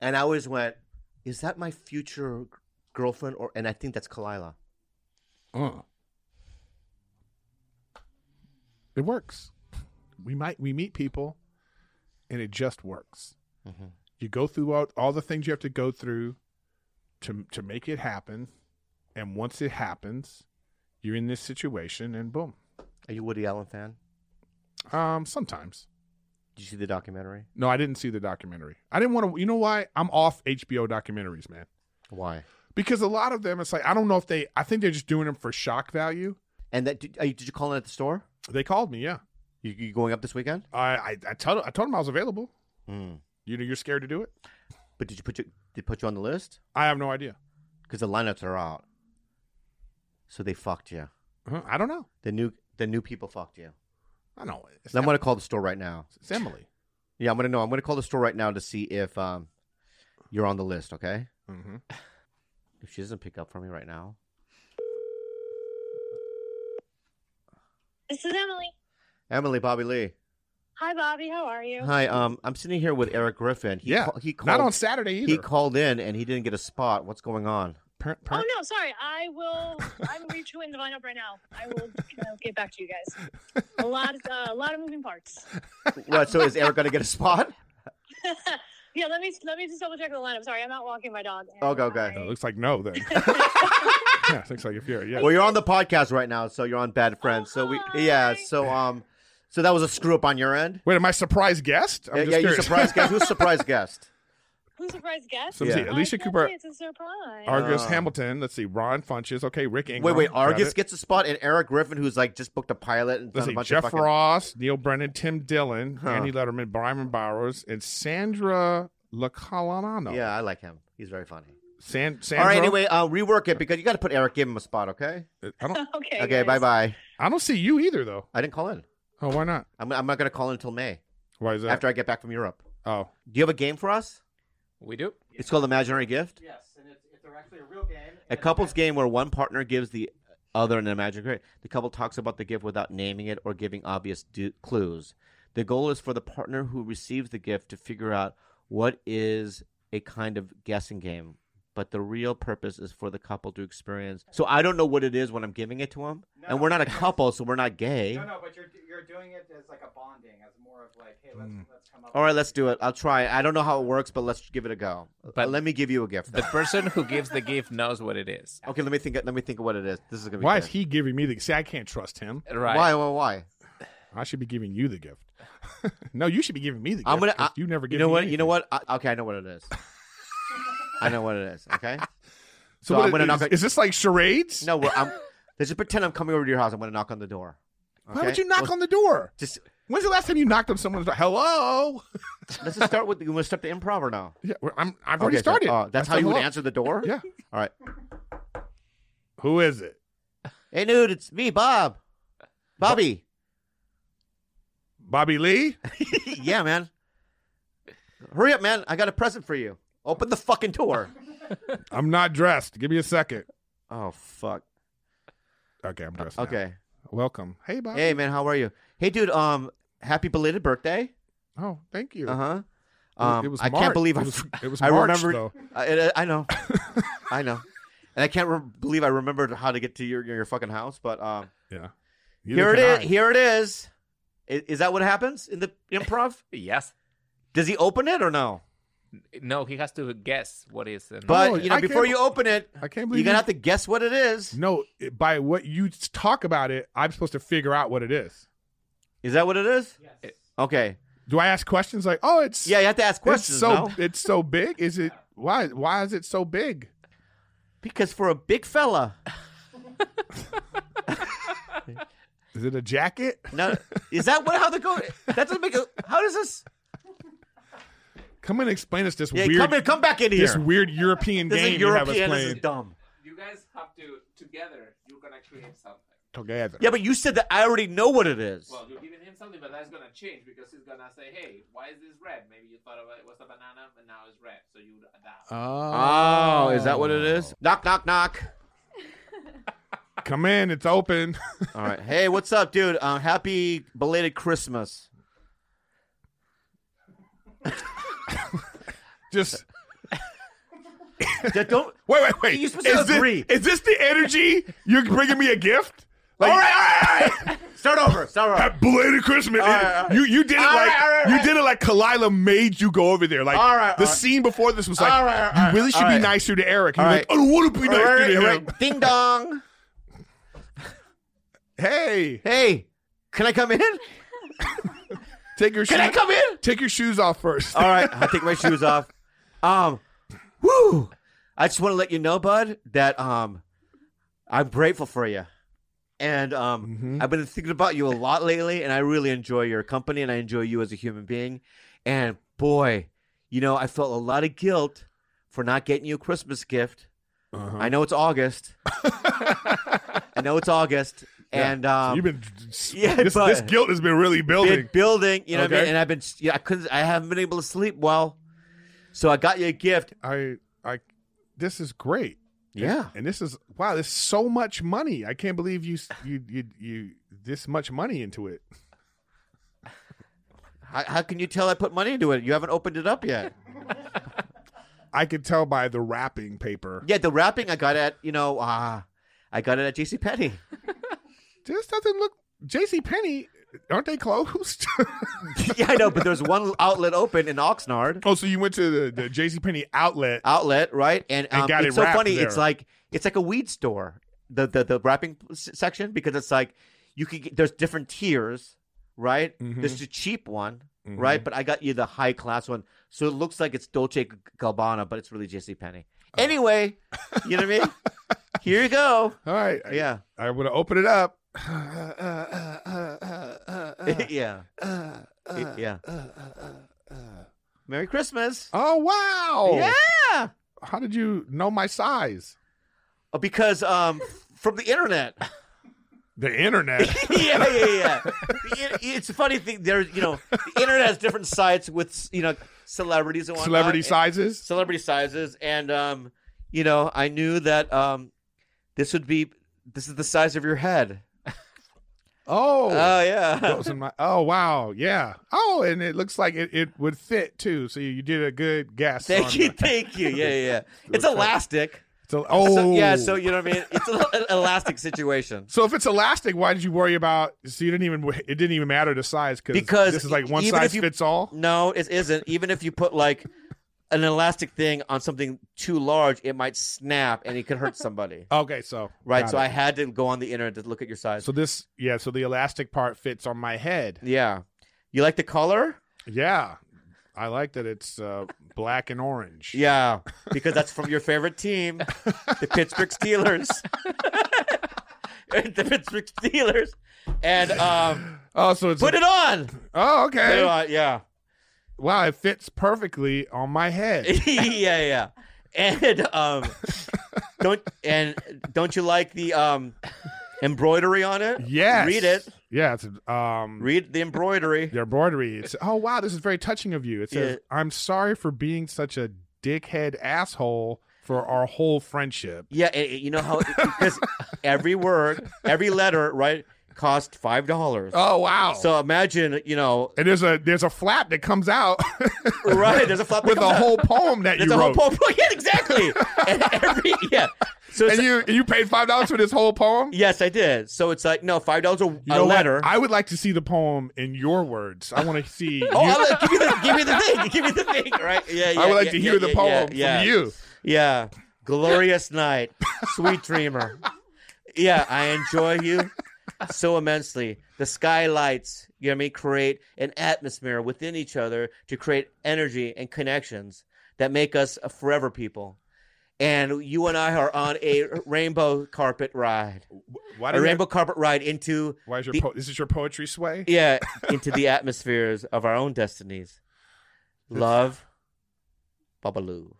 and I always went, is that my future girlfriend? Or and I think that's Kalila.
Uh. It works. We might we meet people, and it just works. You go through all, all the things you have to go through to to make it happen, and once it happens, you're in this situation, and boom.
Are you a Woody Allen fan?
Um, sometimes.
Did you see the documentary?
No, I didn't see the documentary. I didn't want to. You know why? I'm off HBO documentaries, man.
Why?
Because a lot of them, it's like I don't know if they. I think they're just doing them for shock value.
And that did, are you, did you call in at the store?
They called me, yeah.
You, you going up this weekend?
I I, I told I told them I was available.
Mm.
You know, you're scared to do it.
But did you put you did put you on the list?
I have no idea.
because the lineups are out. So they fucked you.
Uh-huh. I don't know.
The new the new people fucked you.
I know. It's,
And I'm gonna call the store right now.
it's Emily.
Yeah, I'm gonna know. I'm gonna call the store right now to see if um you're on the list. Okay.
Mm-hmm.
If she doesn't pick up for me right now,
This is Emily.
Emily Bobby Lee.
Hi, Bobby. How are you?
Hi. Um, I'm sitting here with Eric Griffin. He
Yeah.
ca- he called.
Not on Saturday either.
he called in and he didn't get a spot. What's going on?
Per- per-
Oh no, sorry. I will. I'm retweeting the lineup right now. I will you know, get back to you guys. A lot, uh, a lot of moving parts.
what? So is Eric gonna get a spot?
yeah, let me let me just double check the lineup. Sorry, I'm out walking my dog. and
Okay, okay.
No, it
I-
looks like no. Then yeah, it looks like if you're yeah.
Well, you're on the podcast right now, so you're on Bad Friends. so we yeah.
hi.
So um, so that was a screw up on your end.
Wait, am I surprise guest? I'm
yeah,
just
yeah. You
curious.
surprise guest. Who's surprise guest?
Who's surprise guest?
So let's
Yeah.
see,
I
Alicia
can't
Cooper,
say It's a surprise.
Argus
Oh.
Hamilton. Let's see, Ron Funches. Okay, Rick Ingram.
Wait, wait.
Got
Argus
it.
gets a spot, and Eric Griffin, who's like just booked a pilot and
Let's
done a
see,
bunch
Jeff
of fucking.
Ross, Neil Brennan, Tim Dillon,
Huh.
Andy Letterman, Brian Burrows, and Sandra LaCalano.
Yeah, I like him. He's very funny.
San-
All
Sandra.
right. Anyway, uh, rework it because you got to put Eric. Give him a spot, okay?
Uh, I don't.
okay.
Okay.
guys.
Bye bye.
I don't see you either, though.
I didn't call in.
Oh, why not?
I'm, I'm not going to call in until May
Why is that?
after I get back from Europe.
oh,
Do you have a game for us?
We do.
It's called Imaginary Gift.
Yes, and if, if they're actually a real game.
A couple's game where one partner gives the other than Imagine Great. The couple talks about the gift without naming it or giving obvious du- clues. The goal is for the partner who receives the gift to figure out what is a kind of guessing game, but the real purpose is for the couple to experience. So I don't know what it is when I'm giving it to him, and we're not a couple, so we're not gay.
No, no, but you're you're doing it as like a bonding, as more of like, hey, let's
Mm.
let's come up.
All right, let's do it. I'll try. it. I don't know how it works, but let's give it a go. But
But-
let me give you a gift.
The
then.
person who gives the gift knows what it is.
okay, let me think. Let me think of what it is. This is gonna be.
Why
good.
is he giving me the? See, I can't trust him.
Right.
Why? Why? Why?
I should be giving you the gift. no, you should be giving me the gift.
I'm gonna.
'cause
I-
you never give.
You know
me
what? You
anything.
know what? I, okay, I know what it is. I know what it is. Okay.
So,
So
what
I'm gonna
is,
knock-
is this like charades?
No, we're, I'm. Let's just pretend I'm coming over to your house. I'm gonna knock on the door.
Why would
okay?
you knock
Well,
on the door?
Just
When's the last time you knocked on someone's door? Hello.
let's just start with. You want to step to improv or no?
Yeah, well, I'm. I've already
Okay, so,
started.
uh, that's how
the
you would
hello.
answer the door.
Yeah.
All right.
Who is it?
Hey, dude, it's me, Bob. Bobby.
Bobby Lee.
yeah, man. Hurry up, man. I got a present for you. Open the fucking door.
I'm not dressed. Give me a second.
Oh fuck.
Okay, I'm dressed. now.
Okay.
Welcome. Hey, Bobby.
Hey, man. How are you? Hey, dude. Um, happy belated birthday.
Oh, thank you.
Uh huh.
It-
Um,
it was
I
March.
can't believe I,
it was. It was
I
March,
remembered.
though.
I, it- I know. I know. And I can't re- believe I remembered how to get to your your, your fucking house. But um,
Yeah.
here
Neither
it is.
can I.
Here it is. I- Is that what happens in the improv?
Yes.
Does he open it or no?
No, he has to guess what is. in
But
Oh,
the-
you know,
I can't
before
be-
you open it,
I can't
you're
believe
gonna
you-
have to guess what it is.
No, it- by what you s- talk about it, I'm supposed to figure out what it is.
Is that what it is?
Yes.
Okay.
Do I ask questions like, "Oh, it's
Yeah, you have to ask
it's
questions.
so
no?
it's so big? Is it why why is it so big?"
because for a big fella,
Is it a jacket?
now is that what how they go? That doesn't make. a- How does this?
Come and explain us this
Yeah,
weird
come in, come back in here.
this weird European
This
game
is
you
European.
have us
This is
playing
dumb.
You guys have to together. You're gonna create something.
together.
Yeah, but you said that I already know what it is.
Well, you're giving him something, but that's gonna change because he's gonna say, "Hey, why is this red? Maybe you thought of it was a banana, but now it's red, so you would adapt."
Oh,
Oh, is that what it is? Knock, knock, knock. Ah.
Come in, it's open.
All right. Hey, what's up, dude? Uh, happy belated Christmas.
Just
That don't.
wait, wait, wait.
You're supposed to
is this,
agree.
Is this the energy you're bringing me a gift? Like,
all right, all right, all right. Start over. Start over.
At belated Christmas.
All right, all right.
You you did it
All
like
right, all right, all
you
right.
did it like Kalila made you go over there. Like
All right,
the
all right.
scene before this was like
All right, all
you
right,
really should
all
be
right.
nicer to Eric. And
All
you're
right.
like, I don't want to be
All
nicer
right,
to
all
him.
right. Ding dong.
Hey,
Hey, can I come in?
take your
Can I
shoes-
come in?
take your shoes off first.
All right, I'll take my shoes off. Um, whoo! I just want to let you know, bud, that um, I'm grateful for you, and um,
Mm-hmm.
I've been thinking about you a lot lately, and I really enjoy your company, and I enjoy you as a human being, and boy, you know, I felt a lot of guilt for not getting you a Christmas gift.
Uh-huh.
I know it's August. I know it's August, and um,
You've been
yeah,
this,
but-
this guilt has been really building.
been building. You know what I
Okay.
mean? And I've been, yeah, I couldn't, I haven't been able to sleep well. So I got you a gift.
I I this is great.
Yeah.
And this is wow, this is so much money. I can't believe you s- you you you this much money into it.
How, how can you tell I put money into it? You haven't opened it up yet.
I could tell by the wrapping paper.
yeah, the wrapping I got at, you know, uh, I got it at JCPenney.
This doesn't look JC Penny, aren't they closed?
yeah, I know, but there's one outlet open in Oxnard.
oh, so you went to the, the JC Penny outlet.
Outlet, right? And,
And
um,
got it
it's so
wrapped
funny.
there.
It's like it's like a weed store. The the the wrapping s- section because it's like you could get, there's different tiers, right?
Mm-hmm.
There's the cheap one, right? But I got you the high class one, so it looks like it's Dolce Gabbana, but it's really JC Penney.
Oh.
Anyway, you know what I mean? Here you go.
All right. I-
Yeah,
I, would open it up. Uh, uh, uh, uh, uh, uh,
yeah,
uh, uh,
yeah.
uh, uh, uh.
Merry Christmas.
Oh wow.
Yeah,
How did you know my size?
Oh, because um from the internet.
The internet.
yeah, yeah, yeah. The in- It's a funny thing. There, you know, the internet has different sites with you know celebrities and whatnot,
Celebrity
and-
sizes.
celebrity sizes, and um, you know, I knew that um, this would be this is the size of your head.
Oh,
Oh, yeah.
That was in my- oh wow, yeah. Oh, and it looks like it, it would fit too. So you did a good guess.
Thank
on
you,
the-
thank you. Yeah, yeah. yeah.
the
It's
type.
elastic.
So,
So-
oh,
yeah. So you know what I mean? It's an an elastic situation.
So if it's elastic, why did you worry about? So you didn't even. It didn't even matter the size
Because
this is like one
even if
size
you-
fits all.
No, it isn't. Even if you put like an elastic thing on something too large, it might snap and it could hurt somebody.
Okay, so
Right.
got
So
it.
I had to go on the internet to look at your size.
So this, yeah. So the elastic part fits on my head.
Yeah. You like the color?
Yeah, I like that it's uh, black and orange.
Yeah, because that's from your favorite team, the Pittsburgh Steelers. the Pittsburgh Steelers, and um,
Oh, so it's
put
a-
it on.
Oh, okay.
Put it on, Yeah.
Wow, it fits perfectly on my head.
yeah, yeah. And um, don't and don't you like the um embroidery on it?
Yes.
Read it.
Yeah, it's um
Read the embroidery.
The embroidery. It's oh wow, this is very touching of you. It says, "I'm sorry for being such a dickhead asshole for our whole friendship."
Yeah, and, and you know how because every word, every letter, right, cost five dollars.
Oh, wow.
So imagine, you know,
And there's a there's a flap that comes out
right? There's a flop that
with a
comes out.
whole poem that
There's
you
a
wrote.
whole poem. yeah, exactly. and every yeah. So
and you and you paid five dollars for this whole poem.
Yes, I did. So it's like no five dollars a
You know what?
letter.
I would like to see the poem in your words. I want to see.
Oh,
you-
I'll let- give me the give me the thing. Give me the thing, right? Yeah, yeah.
I would like
yeah,
to
yeah,
hear the
yeah,
poem
yeah,
from
yeah.
you.
Yeah. Glorious night, sweet dreamer. Yeah, I enjoy you so immensely. The skylights, you know what I mean, create an atmosphere within each other to create energy and connections that make us a forever people. And you and I are on a rainbow carpet ride.
Why
a
do you-
rainbow carpet ride into
Why is your
the-
po- is this your poetry sway?
yeah, into the atmospheres of our own destinies. Love, Babaloo.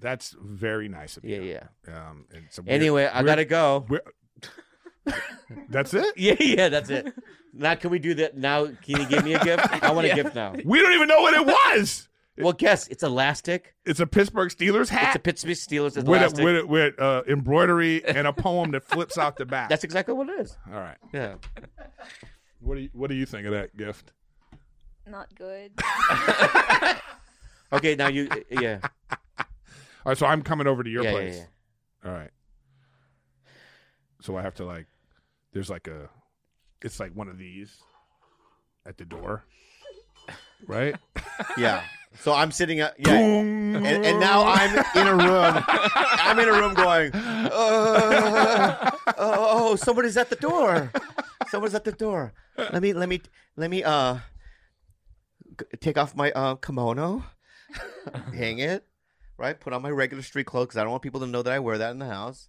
That's very nice of you.
Yeah,
yeah. Um, and so we're-
Anyway, I
we're-
gotta go.
That's it.
Yeah, yeah, that's it. Now, can we do that? Now, can you give me a gift? I want a
Yeah.
gift now.
We don't even know what it was.
Well, guess it's elastic.
It's a Pittsburgh Steelers hat.
It's a Pittsburgh Steelers
with
elastic.
a, with, a, with uh, embroidery and a poem that flips out the back.
That's exactly what it is.
All right.
Yeah.
What do you What do you think of that gift?
Not good.
Okay, now you. uh, Yeah.
All right, so I'm coming over to your
Yeah, yeah,
place. All right. So I have to like, there's like a, it's like one of these at the door, right?
Yeah. So I'm sitting at yeah, and, and now I'm in a room. I'm in a room going,
Uh, oh, somebody's at the door. Someone's at the door.
let me, let me, let me, uh, g- take off my uh, kimono, hang it, right? Put on my regular street clothes because I don't want people to know that I wear that in the house.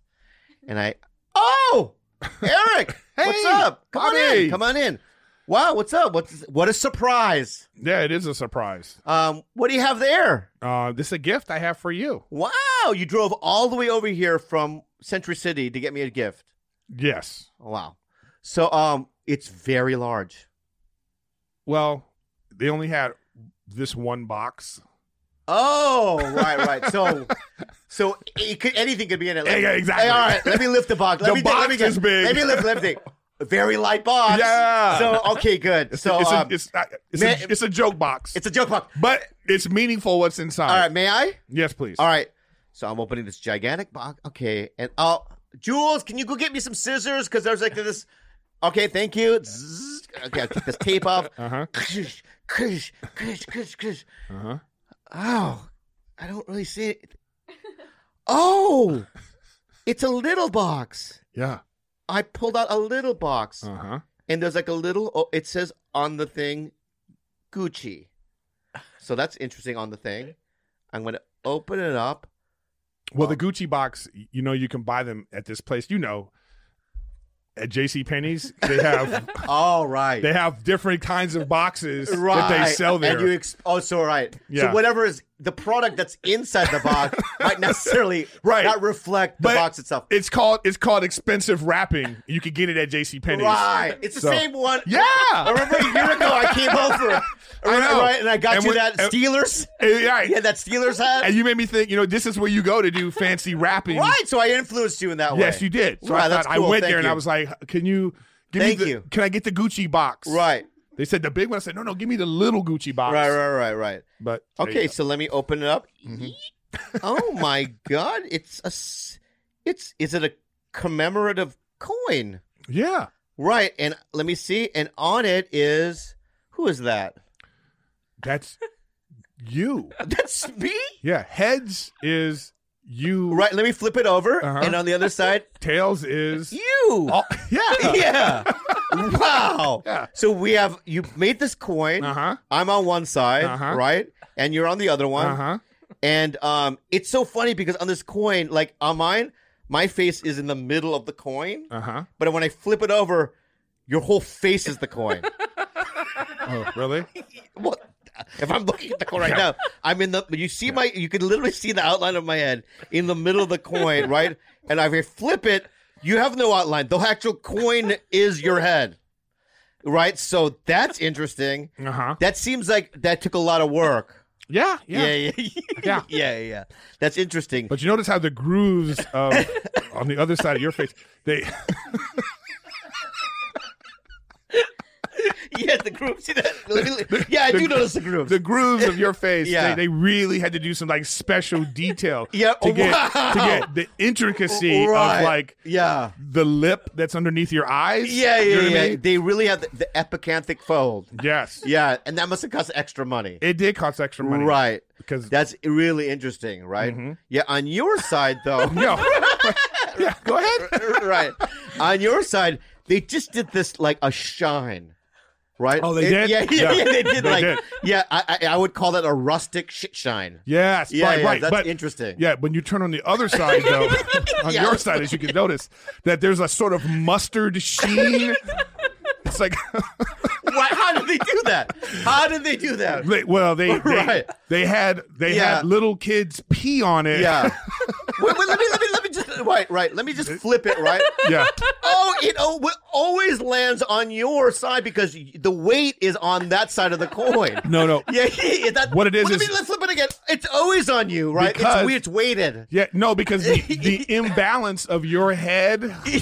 And I, oh, Eric, what's up? Come on
Bobby.
in, come on in. Wow, what's up? What's what a surprise!
Yeah, it is a surprise.
Um, what do you have there?
Uh, this is a gift I have for you.
Wow, you drove all the way over here from Century City to get me a gift. Oh,
Yes.
Wow. So um it's very large.
Well, they only had this one box.
Oh, right, right. So so it could, anything could be in it.
Yeah, yeah, exactly.
Hey, all right, let me lift the box. Let
The
me, take- let
box
me get-
is big.
Let me lift let me think. A very light box.
Yeah.
So okay, good.
It's,
so
it's,
um,
a, it's, uh, it's,
man-
a, it's a joke box.
it's a joke box.
but it's meaningful what's inside.
All right, may I?
Yes, please.
All right. So I'm opening this gigantic box. Okay. And oh, Jules, can you go get me some scissors? Because there's like this. Okay, thank you. Zzz. Okay, I'll take this tape off.
Uh-huh.
Kush, kush, kush, kush, kush.
Uh-huh.
Oh, I don't really see it. Oh, it's a little box.
Yeah.
I pulled out a little box,
Uh-huh.
and there's like a little. Oh, it says on the thing, Gucci. So that's interesting on the thing. I'm gonna open it up.
Well, the
Uh-huh.
Gucci box, y- you know, you can buy them at this place. You know, at J.C. Penney's, they have
All right.
they have different kinds of boxes
right.
that they sell there.
And you ex- oh, so right.
Yeah.
So whatever is
the product that's inside the box might necessarily
Right.
not reflect the
But-
box itself.
It's called it's called expensive wrapping. You could get it at J.C. Penney's.
Right. It's the
So-
same one.
Yeah.
I remember a year ago I came over.
I know.
Right, and I got
And
you
we're-
that
and-
Steelers.
Eh, right.
Yeah, that Steelers hat.
And you made me think. You know, this is where you go to do fancy wrapping.
Right, so I influenced you in that way.
Yes, you did. So
Right,
I,
that's
thought, I
cool.
went
Thank
there and
you.
I was like, "Can you give
Thank
me the,
you.
Can I get the Gucci box?"
right,
They said the big one. I said, "No, no, give me the little Gucci box."
right, right, right, right.
But there you
Okay,
go. Mm-hmm.
so let me open it up. oh my God! It's a, s- it's is it a commemorative coin?
yeah,
Right, and let me see. And on it is who is that?
that's you.
That's me.
Yeah, heads is you.
Right. Let me flip it over,
Uh-huh.
and on the other side,
Tails is
you.
Oh, yeah.
yeah. wow.
Yeah.
So we have you made this coin.
Uh huh.
I'm on one side,
Uh-huh.
right, and you're on the other one.
Uh huh.
And um, it's so funny because on this coin, like on mine, my face is in the middle of the coin,
Uh huh.
but when I flip it over, your whole face is the coin.
Oh, really?
what? If I'm looking at the coin right now, I'm in the. You see my. You can literally see the outline of my head in the middle of the coin, right? And if I flip it, you have no outline. The actual coin is your head, right? So that's interesting.
Uh huh.
That seems like that took a lot of work.
Yeah, yeah.
yeah, yeah,
Yeah.
yeah, yeah. That's interesting.
But you notice how the grooves of on the other side of your face, they
yeah, the group. See that? yeah, I
the-
do notice the group.
the grooves of your face,
Yeah.
they, they really had to do some like special detail
Yeah,
to get
wow.
to get the intricacy
Right.
of like
yeah.
the lip that's underneath your eyes.
Yeah,
You
yeah,
know what
yeah.
I mean?
They really have the, the epicanthic fold.
Yes.
Yeah, and that must have cost extra money.
It did cost extra money.
Right.
Because
That's really interesting, right?
Mhm.
Yeah, on your side though.
no. yeah, go ahead.
right. On your side, they just did this like a shine. Right?
Oh, they
It-
did?
Yeah,
Yeah.
yeah, yeah, they did.
They
like,
did.
yeah, I, I, I would call that a rustic shit shine.
Yes,
Yeah,
right,
yeah,
right.
that's
but
interesting.
Yeah, when you turn on the other side, though, on
Yeah.
your side, as you can notice, that there's a sort of mustard sheen. it's like,
Why, how did they do that? How did they do that?
they- well, they they,
Right.
they had they
Yeah.
had little kids pee on it.
Yeah. wait, wait, let me, let me, let me just, right, right. Let me just flip it, right?
yeah,
Oh, it al- always lands on your side because y- the weight is on that side of the coin.
no, no,
Yeah, yeah, that,
What it is
Let me
is-
let's flip it again. It's always on you, right?
Because-
it's we- it's weighted.
yeah, no, because the, the imbalance of your head,
yeah,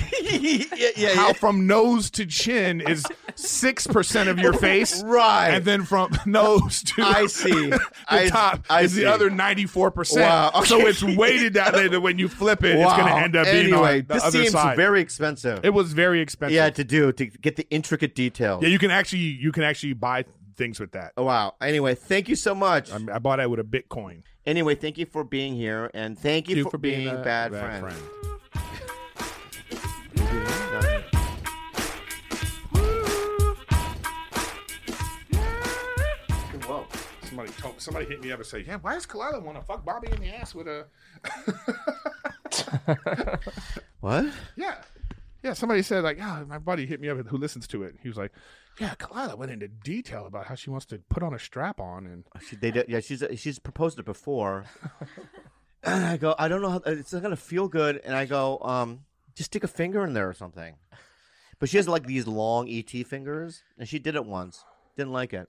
yeah, yeah.
how from nose to chin is six percent of your face,
Right.
and then from nose to
I see.
the
I-
top
I
is
see.
the other 94%.
Wow, okay.
So it's weighted that way that when you flip it, it's going to
Wow.
end up being
anyway,
on the
this
other
seems
side.
very expensive.
it was very expensive.
yeah, to do to get the intricate details.
Yeah, you can actually you can actually buy things with that.
Oh, wow. Anyway, thank you so much.
I, mean, I bought that with a Bitcoin.
anyway, thank you for being here, and thank you,
Thank
for, being,
a
bad, friend.
Whoa. Somebody told, somebody hit me up and said, "Yeah, why does Kalila want to fuck Bobby in the ass with a?"
What?
Yeah. Yeah, somebody said like, yeah, my buddy hit me up who listens to it. He was like, yeah, Kalila went into detail about how she wants to put on a strap on and
She, they did, yeah, she's she's proposed it before. and I go, I don't know how uh, it's not gonna feel good. And I go, um, just stick a finger in there or something. But she has like these long ET fingers, and she did it once. Didn't like it.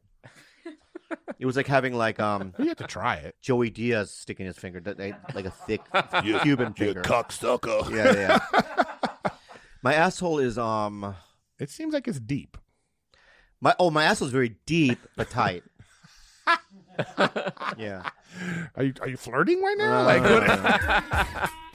It was like having like um
you have to try it.
Joey Diaz sticking his finger, that they, like a thick Cuban finger.
cocksucker.
Yeah, yeah. yeah. my asshole is um
It seems like it's deep.
my oh my asshole is very deep but tight. yeah. Uh,
Are you are you flirting right now? like what?